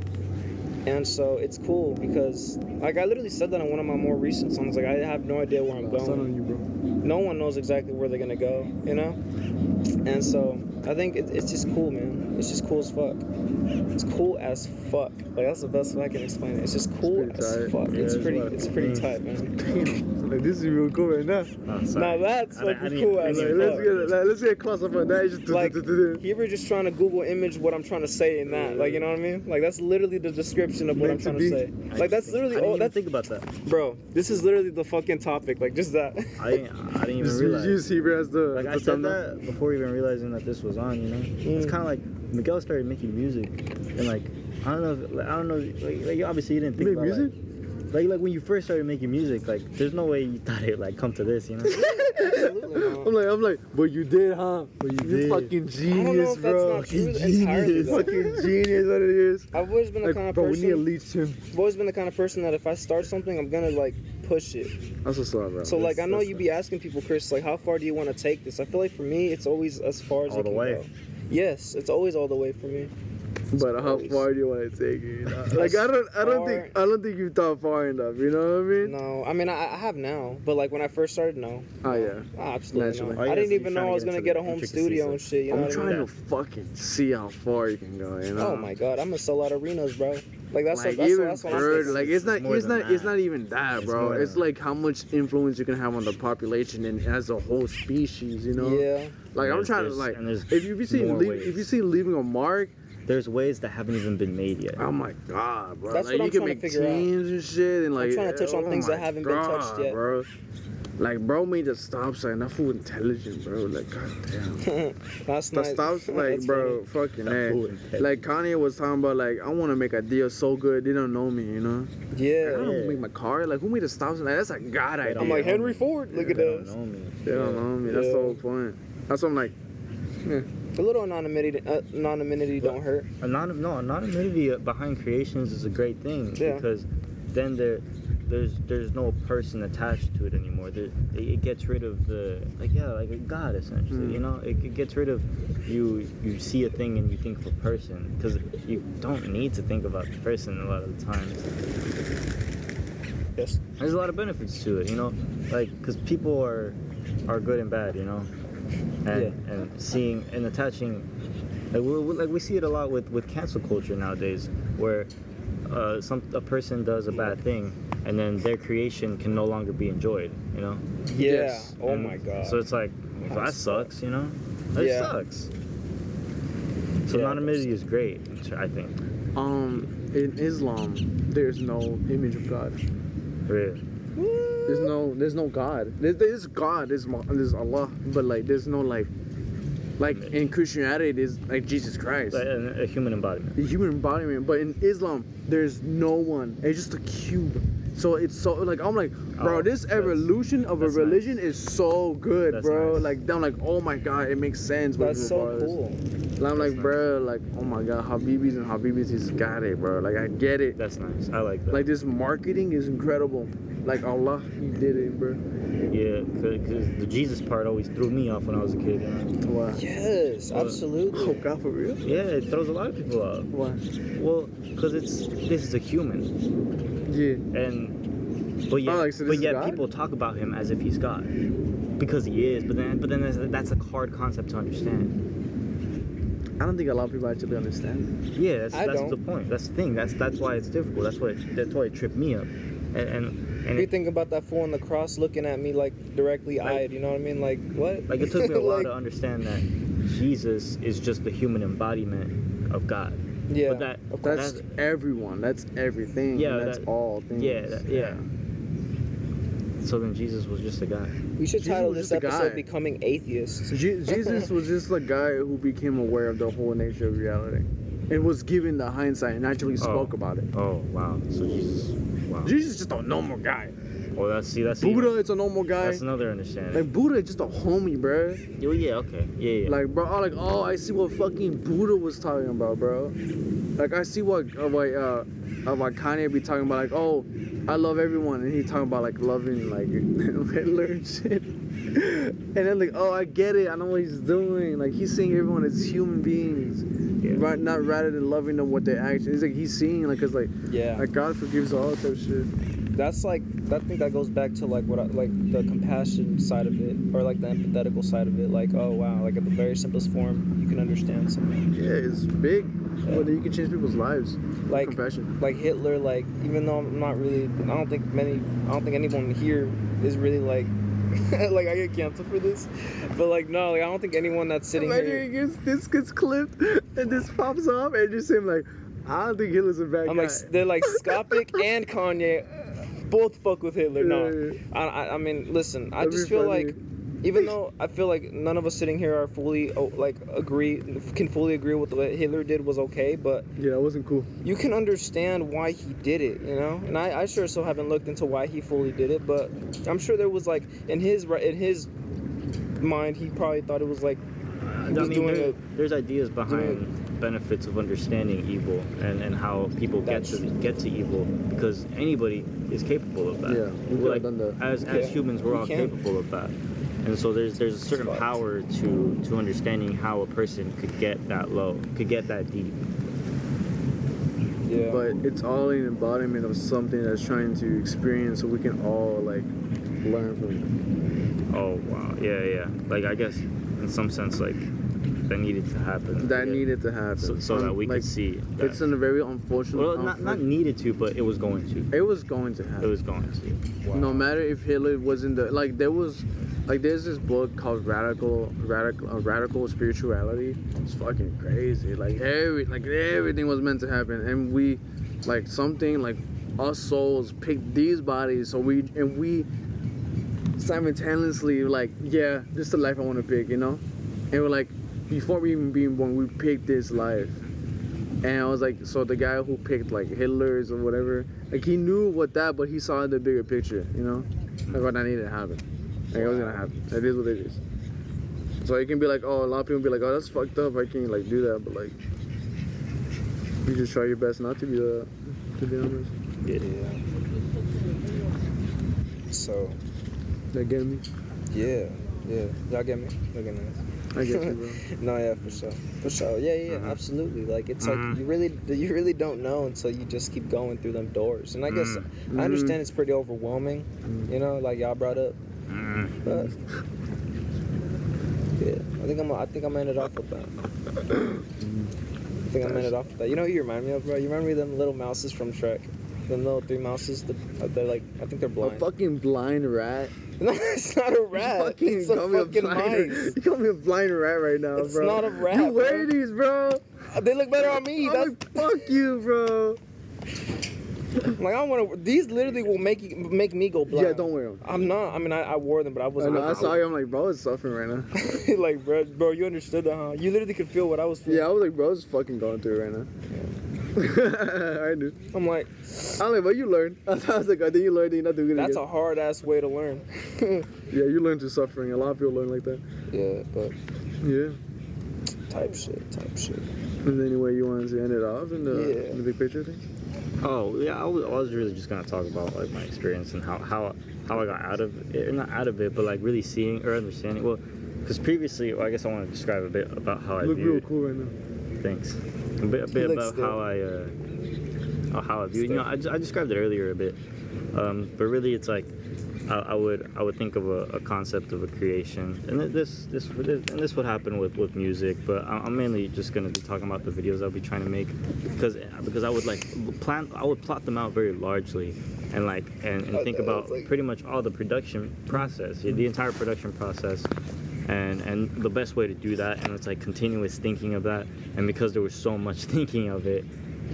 Speaker 3: And so it's cool because, like, I literally said that in one of my more recent songs. Like, I have no idea where I'm
Speaker 1: Nah, it's not
Speaker 3: going.
Speaker 1: on you, bro.
Speaker 3: No one knows exactly where they're gonna go, you know. And so I think it, it's just cool, man. It's just cool as fuck. It's cool as fuck. Like that's the best way I can explain it. It's just cool
Speaker 1: pretty
Speaker 3: as
Speaker 1: tight.
Speaker 3: fuck.
Speaker 4: Yeah, there's
Speaker 3: it's
Speaker 4: a
Speaker 3: pretty.
Speaker 4: lot of
Speaker 3: It's
Speaker 4: cool
Speaker 3: pretty
Speaker 1: Mm.
Speaker 4: things.
Speaker 3: tight, man.
Speaker 1: Damn. Like, this is real cool right now.
Speaker 4: Oh, sorry.
Speaker 3: that's
Speaker 4: I didn't- I
Speaker 3: fucking
Speaker 4: didn't-
Speaker 3: cool
Speaker 4: I
Speaker 3: as
Speaker 4: didn't-
Speaker 1: let's get let's get close up on that. It's just-
Speaker 3: Like you were just trying to Google image what I'm trying to say in that. Like you know what I mean? Like that's literally the description of what I'm
Speaker 1: Meant to
Speaker 3: trying to
Speaker 1: be.
Speaker 3: say.
Speaker 4: I
Speaker 3: Like
Speaker 4: didn't
Speaker 3: that's
Speaker 4: think-
Speaker 3: literally.
Speaker 4: I didn't
Speaker 3: Oh,
Speaker 4: even
Speaker 3: that's
Speaker 4: think about that.
Speaker 3: bro. This is literally the fucking topic. Like just that.
Speaker 4: I didn't, I didn't even
Speaker 1: Just
Speaker 4: realize.
Speaker 1: use Hebrew as the
Speaker 4: Like
Speaker 1: the
Speaker 4: I said
Speaker 1: thumbnail.
Speaker 4: that before even realizing that this was on, you know. It's
Speaker 3: Mm.
Speaker 4: kind of like Miguel started making music, and like I don't know, if, like, I don't know, like, like you obviously you didn't
Speaker 1: You
Speaker 4: think
Speaker 1: make
Speaker 4: about
Speaker 1: music?
Speaker 4: Like, like like when you first started making music, like there's no way you thought it like come to this, you know.
Speaker 3: Absolutely. man.
Speaker 1: I'm like, I'm like, but you did, huh? But you,
Speaker 4: did.
Speaker 1: fucking
Speaker 3: I don't know
Speaker 1: genius,
Speaker 3: if that's
Speaker 1: bro.
Speaker 3: not true
Speaker 1: Fucking
Speaker 3: entirely,
Speaker 1: genius,
Speaker 3: though.
Speaker 1: fucking genius, what it is.
Speaker 3: I've always been the
Speaker 1: Like,
Speaker 3: kind of
Speaker 1: bro, we
Speaker 3: person.
Speaker 1: need to leech him.
Speaker 3: I've always been the kind of person that if I start something, I'm gonna like push it.
Speaker 1: That's what's up, bro.
Speaker 3: So like, I
Speaker 4: that's-
Speaker 3: know
Speaker 4: that's
Speaker 3: you be asking people, Chris, like, how far do you want to take this? I feel like for me, it's always as far as
Speaker 4: All
Speaker 3: I
Speaker 4: the
Speaker 3: can
Speaker 4: way.
Speaker 3: go. Yes, it's always all the way for me.
Speaker 1: but how
Speaker 3: always-
Speaker 1: far do you want to take it? you know? Like, I don't, I don't think, I don't think you thought far enough. You know what I mean?
Speaker 3: No, I mean I, I have now, but like when I first started, no,
Speaker 1: Oh yeah.
Speaker 3: Ah, absolutely.
Speaker 1: Naturally.
Speaker 3: not.
Speaker 4: All you
Speaker 3: I
Speaker 4: gotta
Speaker 3: didn't
Speaker 4: do is
Speaker 3: even
Speaker 4: try
Speaker 3: know
Speaker 4: to
Speaker 3: I was
Speaker 4: get
Speaker 3: gonna
Speaker 4: into
Speaker 3: get a
Speaker 4: the
Speaker 3: home
Speaker 4: intricacies
Speaker 3: studio
Speaker 4: of-
Speaker 3: and shit. You know
Speaker 1: I'm
Speaker 3: what I
Speaker 1: trying
Speaker 3: mean?
Speaker 1: to fucking see how far you can go. You know?
Speaker 3: Oh my god, I'm gonna sell out arenas, bro. Like that's
Speaker 1: like
Speaker 3: what, that's, what-
Speaker 1: even
Speaker 3: that's what I'm
Speaker 1: bird,
Speaker 3: saying.
Speaker 1: like it's not,
Speaker 4: It's more
Speaker 1: it's
Speaker 4: than
Speaker 1: not, it's
Speaker 4: that.
Speaker 1: not even that,
Speaker 4: It's
Speaker 1: bro.
Speaker 4: more
Speaker 1: It's,
Speaker 4: than that.
Speaker 1: like how much influence you can have on the population and as a whole species. You know,
Speaker 3: Yeah,
Speaker 1: like I'm
Speaker 4: There's-
Speaker 1: trying to
Speaker 4: there's-
Speaker 1: like,
Speaker 4: and there's
Speaker 1: if you see,
Speaker 4: more
Speaker 1: leave, if you
Speaker 4: ways.
Speaker 1: see leaving a mark,
Speaker 4: there's ways that haven't even been made yet.
Speaker 1: Oh my god, bro!
Speaker 3: That's
Speaker 1: like
Speaker 3: what I'm
Speaker 1: you can
Speaker 3: trying to
Speaker 1: make
Speaker 3: figure out.
Speaker 1: teams and shit, and like
Speaker 3: trying to touch on
Speaker 1: oh
Speaker 3: things that
Speaker 1: my
Speaker 3: haven't been touched
Speaker 1: God,
Speaker 3: yet.
Speaker 1: bro. Like bro made the stop sign. That fool intelligent, bro. Like goddamn,
Speaker 3: That's
Speaker 1: the
Speaker 3: not
Speaker 1: stop sign, like
Speaker 3: that's
Speaker 1: bro, fucking
Speaker 4: That fool
Speaker 1: that.
Speaker 4: intelligent.
Speaker 1: Like Kanye was talking about, like I want to make a deal so good they don't know me, you know. I
Speaker 3: funny. Yeah.
Speaker 1: don't make my car. Like who made a stop sign? Like, that's a god idea.
Speaker 4: don't
Speaker 3: I'm
Speaker 4: Yeah.
Speaker 3: like Henry Ford. Look at
Speaker 4: They don't
Speaker 3: us.
Speaker 4: know me.
Speaker 1: they don't know me. That's
Speaker 3: Yeah.
Speaker 1: the whole point. That's what I'm like.
Speaker 3: A little anonymity, uh, anonymity don't hurt.
Speaker 4: Anonym, no, anonymity behind creations is a great thing
Speaker 3: Yeah.
Speaker 4: because then there, there's there's no person attached to it anymore. There, it, it gets rid of the like yeah like a god essentially.
Speaker 1: Mm.
Speaker 4: You know, it, it gets rid of you you see a thing and you think of a person because you don't need to think about the person a lot of the times.
Speaker 3: Yes.
Speaker 4: There's a lot of benefits to it, you know, like because people are are good and bad, you know, and and seeing and attaching like we we- like we see it a lot with with cancel culture nowadays, where uh, some a person does a bad thing, and then their creation can no longer be enjoyed. You know.
Speaker 3: Yeah.
Speaker 1: Yes.
Speaker 3: Oh
Speaker 4: And
Speaker 3: my god.
Speaker 4: Mm. So it's like well,
Speaker 3: That
Speaker 4: that sucks. You know. That
Speaker 3: Yeah.
Speaker 4: sucks. So
Speaker 3: Yeah,
Speaker 4: anonymity is great. I think.
Speaker 1: Um, in Islam, there's no image of God.
Speaker 4: Really.
Speaker 1: There's no, there's no God. There's, there's God. There's, Mo- there's Allah, but like, there's no like, like in Christianity, there's like Jesus Christ,
Speaker 4: Like, a, a human embodiment.
Speaker 1: the human embodiment. But in Islam, there's no one. It's just a cube. So it's so like I'm like, bro,
Speaker 4: Oh,
Speaker 1: this
Speaker 4: that's-
Speaker 1: evolution of a
Speaker 4: that's
Speaker 1: religion is so good,
Speaker 4: That's
Speaker 1: bro.
Speaker 4: nice.
Speaker 1: Like I'm like, oh my god, it makes sense. what
Speaker 3: That's
Speaker 1: people
Speaker 3: so
Speaker 1: are-
Speaker 3: cool.
Speaker 1: And I'm
Speaker 4: That's
Speaker 1: like, bro, like oh my god, Habibis and Habibis is got it, bro. Like I get it.
Speaker 4: That's nice. I like that.
Speaker 1: Like this marketing is incredible. Like Allah, he did it, bro.
Speaker 4: yeah, because the Jesus part always threw me off when I was a kid. You know?
Speaker 1: Wow.
Speaker 3: Yes,
Speaker 1: Oh
Speaker 3: absolutely.
Speaker 1: God, for real?
Speaker 4: Yeah, it throws a lot of people off.
Speaker 1: Why?
Speaker 4: Well, because it's this is a human.
Speaker 1: Yeah.
Speaker 4: and but
Speaker 3: Oh,
Speaker 4: yet,
Speaker 1: like, so this
Speaker 4: but
Speaker 1: is
Speaker 4: yet
Speaker 1: God?
Speaker 4: people talk about him as if he's God because he is. But then, but then that's, that's a hard concept to understand.
Speaker 1: I don't think a lot of people actually understand.
Speaker 4: Yeah, that's,
Speaker 3: I
Speaker 4: that's
Speaker 3: don't.
Speaker 4: the point. That's the thing. That's that's why it's difficult. That's why it, that's why it tripped me up. And and, and
Speaker 3: You
Speaker 4: it,
Speaker 3: think about that fool on the cross looking at me like directly
Speaker 4: Like-
Speaker 3: eyed. You know what I mean? Like what?
Speaker 4: like it took me a while
Speaker 3: Like,
Speaker 4: to understand that Jesus is just the human embodiment of God.
Speaker 3: Yeah.
Speaker 4: But that
Speaker 3: of course.
Speaker 1: That's everyone. That's everything.
Speaker 4: Yeah,
Speaker 1: That's
Speaker 4: that-
Speaker 1: all things.
Speaker 4: yeah that, yeah. So then Jesus was just a God.
Speaker 3: we should
Speaker 1: Jesus
Speaker 3: title
Speaker 1: was
Speaker 3: this
Speaker 1: just a
Speaker 3: episode
Speaker 1: guy.
Speaker 3: "Becoming Atheists."
Speaker 1: Je- Jesus was just a guy who became aware of the whole nature of reality, and was given the hindsight and actually spoke about it.
Speaker 4: Oh wow. So Jesus. Wow.
Speaker 1: Jesus is just a normal guy.
Speaker 4: Well, that's see that's
Speaker 1: Buddha, it's a normal guy.
Speaker 4: that's another understanding.
Speaker 1: Like Buddha is just a homie, bro.
Speaker 4: Oh yeah, okay, yeah, yeah.
Speaker 1: Like, bro, I'm like, oh, I see what fucking Buddha was talking about, bro. Like, I see what, uh, what, uh, uh, what Kanye be talking about, like, oh, I love everyone, and he talking about like loving like Hitler and shit. And then like, oh, I get it, I know what he's doing. Like, he's seeing everyone as human beings,
Speaker 4: Yeah.
Speaker 1: right? Not rather than loving them what they actually. He's like, he's seeing like, cause like,
Speaker 3: Yeah.
Speaker 1: like God forgives all type of shit.
Speaker 3: that's like I think that goes back to like what I, like the compassion side of it or like the empathetical side of it like oh wow like at the very simplest form you can understand someone
Speaker 1: Yeah, it's big. Well, then you can change people's lives.
Speaker 3: like
Speaker 1: Compassion.
Speaker 3: like Hitler like even though I'm not really I don't think many I don't think anyone here is really like like I get canceled for this but like no like I don't think anyone that's sitting
Speaker 1: Imagine
Speaker 3: here
Speaker 1: it gets, this gets clipped and this pops up and just him like, I don't think Hitler's a bad
Speaker 3: I'm
Speaker 1: guy.
Speaker 3: like they're like Skopic and Kanye both fuck with Hitler no
Speaker 1: Yeah, yeah.
Speaker 3: I, I, I mean listen I
Speaker 1: That'd be
Speaker 3: just feel
Speaker 1: funny.
Speaker 3: like even though I feel like none of us sitting here are fully oh, like agree can fully agree with what Hitler did was okay, but
Speaker 1: yeah, that wasn't cool.
Speaker 3: you can understand why he did it, you know. And I, I sure so haven't looked into why he fully did it, but I'm sure there was like in his ri- in his mind he probably thought it was like
Speaker 4: I
Speaker 3: was
Speaker 4: mean,
Speaker 3: doing
Speaker 4: there-
Speaker 3: it-
Speaker 4: there's ideas behind benefits of understanding evil and, and how people get
Speaker 3: That's-
Speaker 4: to get to evil because anybody is capable of that.
Speaker 1: Yeah, we could've
Speaker 4: like
Speaker 1: done that.
Speaker 4: as
Speaker 3: Yeah.
Speaker 4: as humans, we're
Speaker 3: We
Speaker 4: all
Speaker 3: can.
Speaker 4: capable of that. And so there's there's a certain
Speaker 3: fucked.
Speaker 4: power to to understanding how a person could get that low, could get that deep.
Speaker 3: yeah,
Speaker 1: But it's all an embodiment of something that's trying to experience so we can all like learn from it.
Speaker 4: Oh wow, yeah, yeah. Like I guess in some sense, like that needed to happen.
Speaker 1: That
Speaker 4: Yeah.
Speaker 1: needed to happen.
Speaker 4: so, so that
Speaker 1: Um,
Speaker 4: we
Speaker 1: like,
Speaker 4: could see. That.
Speaker 1: It's in a very unfortunate.
Speaker 4: well, not not
Speaker 1: unfortunate-
Speaker 4: needed to, but it was going to.
Speaker 1: it was going to happen.
Speaker 4: It was going to.
Speaker 1: No matter if Hitler wasn't the like there was like there's this book called Radical Radical uh, Radical Spirituality. It's fucking crazy. Like every like everything was meant to happen, and we like something like us souls picked these bodies, so we and we simultaneously like yeah, this is the life I want to pick, you know. And we're like before we even being born, we picked this life. And I was like, so the guy who picked like Hitler's or whatever, like he knew what that, but he saw the bigger picture, you know? Like what I needed to happen. Like it was gonna happen. That is what it is. So you can be like, oh, a lot of people be like, oh, that's fucked up. I can't like do that, but like, you just try your best not to be that. To be honest,
Speaker 4: Yeah.
Speaker 3: Yeah. So,
Speaker 1: that get me.
Speaker 3: yeah, yeah. Y'all get me? Y'all get me?
Speaker 1: I get you, bro.
Speaker 3: No, yeah, for sure, for sure. Yeah, yeah, yeah,
Speaker 1: Mm-hmm.
Speaker 4: Mhm.
Speaker 3: absolutely. Like it's
Speaker 4: Mhm.
Speaker 3: like you really, you really don't know until you just keep going through them doors. And I guess
Speaker 4: Mm.
Speaker 1: Mm-hmm.
Speaker 3: I understand it's pretty overwhelming,
Speaker 1: Mm.
Speaker 3: you know, like y'all brought up.
Speaker 4: Mm.
Speaker 3: But yeah, I think I'm, I think I'm end it off with that. I think I'm end it off with that. You know, who you remind me of, bro. You remind me of them little mouses from Shrek. Them little three mouses. The, uh, they're like, I think they're
Speaker 1: A
Speaker 3: blind.
Speaker 1: fucking blind rat.
Speaker 3: No, it's not a
Speaker 1: You
Speaker 3: rat.
Speaker 1: fucking
Speaker 3: It's a
Speaker 1: call me a
Speaker 3: fucking
Speaker 1: blind.
Speaker 3: mice.
Speaker 1: You call me a blind rat right now,
Speaker 3: It's
Speaker 1: bro.
Speaker 3: not a rat,
Speaker 1: You
Speaker 3: bro.
Speaker 1: wear these, bro.
Speaker 3: Uh, They look better on me.
Speaker 1: I'm
Speaker 3: That's
Speaker 1: like, fuck you, bro.
Speaker 3: like I don't want to. These literally will make you, make me go blind.
Speaker 1: Yeah, don't wear them.
Speaker 3: I'm not. I mean, I, I wore them, but I
Speaker 1: I,
Speaker 3: wasn't.
Speaker 1: know, I saw you. I'm like, bro, it's suffering right now.
Speaker 3: like, bro, bro, you understood that, huh? You literally could feel what I was feeling.
Speaker 1: Yeah, I was like, bro, it's fucking going through it right now. I knew.
Speaker 3: I'm like,
Speaker 1: I'm like, but you learned. I was like, I think you learned. You're not doing it
Speaker 3: that's
Speaker 1: again.
Speaker 3: a hard ass way to learn.
Speaker 1: Yeah, you learn through suffering. A lot of people learn like that.
Speaker 3: yeah, but
Speaker 1: Yeah.
Speaker 3: type shit, type shit.
Speaker 1: And anyway, you wanted to end it off in the,
Speaker 3: Yeah.
Speaker 1: in the big picture thing?
Speaker 4: Oh yeah, I was, I was really just gonna talk about like my experience and how how how I got out of it, or not out of it, but like really seeing or understanding. Well, because previously, well, I guess I want to describe a bit about how I
Speaker 1: Look real
Speaker 4: viewed
Speaker 1: cool right now.
Speaker 4: Thanks. A bit, a bit
Speaker 3: Looks
Speaker 4: about
Speaker 3: good.
Speaker 4: how I, uh, oh, how I view. You know, I, I described it earlier a bit, um, but really, it's like I, I would I would think of a, a concept of a creation, and th- this this and this would happen with, with music. But I- I'm mainly just gonna be talking about the videos I'll be trying to make, because because I would like plan I would plot them out very largely, and like and, and
Speaker 3: I
Speaker 4: think
Speaker 3: know,
Speaker 4: about
Speaker 3: it's like-
Speaker 4: pretty much all the production process, the entire production process and and the best way to do that and it's like continuous thinking of that and because there was so much thinking of it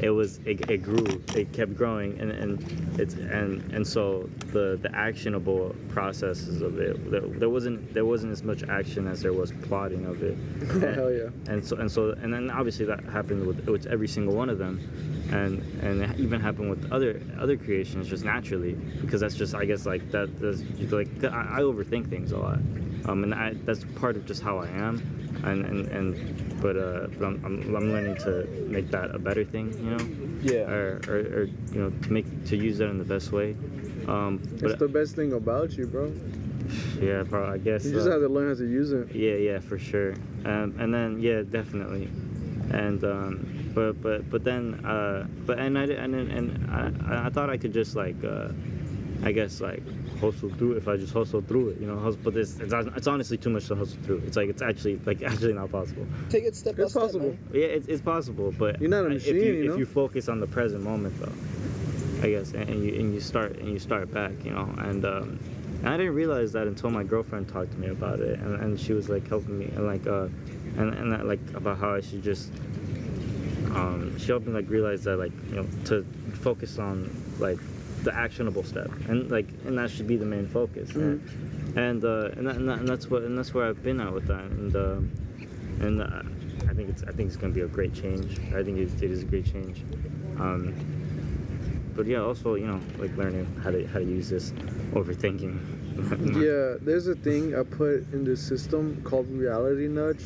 Speaker 4: it was it, it grew it kept growing and and it's and and so the the actionable processes of it there, there wasn't there wasn't as much action as there was plotting of it
Speaker 1: Oh, hell yeah.
Speaker 4: and so and so and then obviously that happened with, with every single one of them and and it even happened with other other creations just naturally because that's just i guess like that that's just like i, I overthink things a lot um and I, that's part of just how i am and and, and but uh but I'm, I'm, I'm learning to make that a better thing you know
Speaker 3: Yeah.
Speaker 4: or, or, or you know to make to use that in the best way um
Speaker 1: It's
Speaker 4: but
Speaker 1: the best thing about you, bro.
Speaker 4: yeah probably i guess
Speaker 1: You just
Speaker 4: uh,
Speaker 1: have to learn how to use it.
Speaker 4: yeah, yeah, for sure. Um, and then yeah, definitely. And um, but but but then uh, but and I di- and and, and I, I- I thought I could just like uh, I guess like hustle through it if I just hustle through it, you know. Hustle, but it's, it's it's honestly too much to hustle through. It's like it's actually like actually not possible.
Speaker 3: Take it step by
Speaker 1: It's
Speaker 3: step.
Speaker 1: possible.
Speaker 3: man.
Speaker 4: Yeah, it's, it's possible, but
Speaker 1: You're not a
Speaker 4: I-
Speaker 1: machine,
Speaker 4: if you,
Speaker 1: you know?
Speaker 4: if you focus on the present moment, though, I guess, and, and you and you start and you start back, you know, and um, and I didn't realize that until my girlfriend talked to me about it, and, and she was like helping me, and like uh, and and that, like about how I should just um, she helped me like realize that like you know to focus on like the actionable step and like and that should be the main focus
Speaker 3: Mm-hmm.
Speaker 4: and and, uh, and, that, and, that, and that's what and that's where I've been at with that and um and uh, I think it's I think it's gonna be a great change I think it, it is a great change um, but yeah also you know like learning how to how to use this
Speaker 3: Hmm.
Speaker 4: overthinking
Speaker 1: Yeah, there's a thing I put in the system called reality nudge.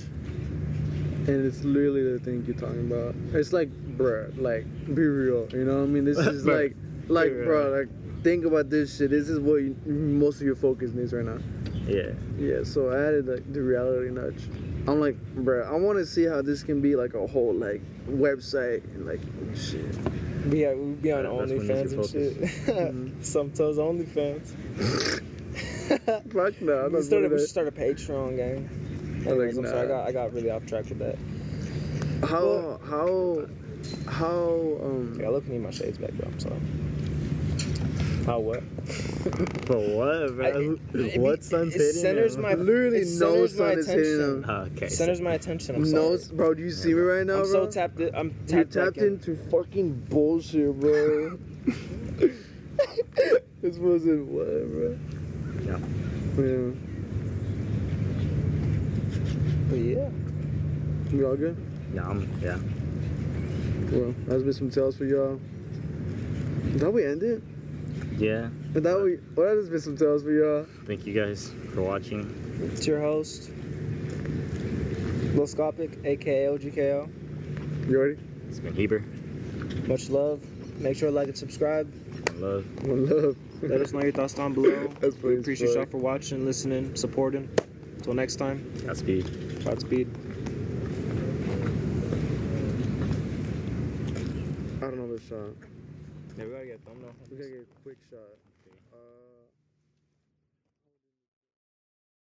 Speaker 1: And it's literally the thing you're talking about. It's like, bruh, like, be real. You know what I mean? This is
Speaker 4: Bruh,
Speaker 1: like, like,
Speaker 4: be real.
Speaker 1: bruh, like, think about this shit. This is what you, most of your focus needs right now.
Speaker 4: yeah
Speaker 1: Yeah, so I added like the reality nudge. I'm like, bruh, I want to see how this can be like a whole like website and like shit.
Speaker 3: We yeah, we be on
Speaker 4: Yeah, that's when you
Speaker 3: OnlyFans
Speaker 4: should
Speaker 3: and shit.
Speaker 1: Mm-hmm.
Speaker 3: Sometimes OnlyFans.
Speaker 1: Fuck no, I'm
Speaker 3: we
Speaker 1: not
Speaker 3: started.
Speaker 1: doing
Speaker 3: We should
Speaker 1: that.
Speaker 3: start a Patreon, gang.
Speaker 1: I was
Speaker 3: Anyways,
Speaker 1: like,
Speaker 3: I'm sorry.
Speaker 1: nah.
Speaker 3: I got, I got really off track with that.
Speaker 1: How how how um
Speaker 3: Yeah, look, I need my shades back, bro. I'm sorry. How what?
Speaker 4: But what, bro?
Speaker 3: it-
Speaker 4: what sun's
Speaker 3: it
Speaker 4: hitting
Speaker 3: centers
Speaker 4: him?
Speaker 3: my-
Speaker 1: Literally,
Speaker 3: It
Speaker 1: no
Speaker 3: centers my
Speaker 1: sun is hitting
Speaker 3: attention.
Speaker 1: him.
Speaker 4: Okay. so-
Speaker 3: centers my attention. I'm
Speaker 1: No,
Speaker 3: sorry.
Speaker 1: bro. Do you see me right now,
Speaker 3: I'm so
Speaker 1: bro?
Speaker 3: tapped. In, I'm
Speaker 1: you
Speaker 3: tapped,
Speaker 1: tapped
Speaker 3: back in.
Speaker 1: into fucking bullshit, bro. this wasn't what, bro.
Speaker 4: Yeah.
Speaker 1: Yeah.
Speaker 3: But yeah,
Speaker 1: We all good?
Speaker 4: yeah, I'm, yeah.
Speaker 1: Well, that's been some tales for y'all. That we end it?
Speaker 4: Yeah.
Speaker 1: But that we well that's been some tales for y'all.
Speaker 4: Thank you guys for watching.
Speaker 3: it's your host, Lil Scopic, aka OGKO.
Speaker 1: You ready?
Speaker 4: It's been Heber.
Speaker 3: Much love. Make sure to like and subscribe.
Speaker 4: Love.
Speaker 1: One love.
Speaker 3: Let us know your thoughts down below.
Speaker 1: That's funny
Speaker 3: we
Speaker 1: as
Speaker 3: appreciate y'all
Speaker 1: fuck.
Speaker 3: for watching, listening, supporting. Until next time,
Speaker 4: Godspeed.
Speaker 3: Godspeed.
Speaker 1: I don't know this shot.
Speaker 3: Yeah, we gotta get a thumbnail.
Speaker 1: We gotta get a quick shot. Uh,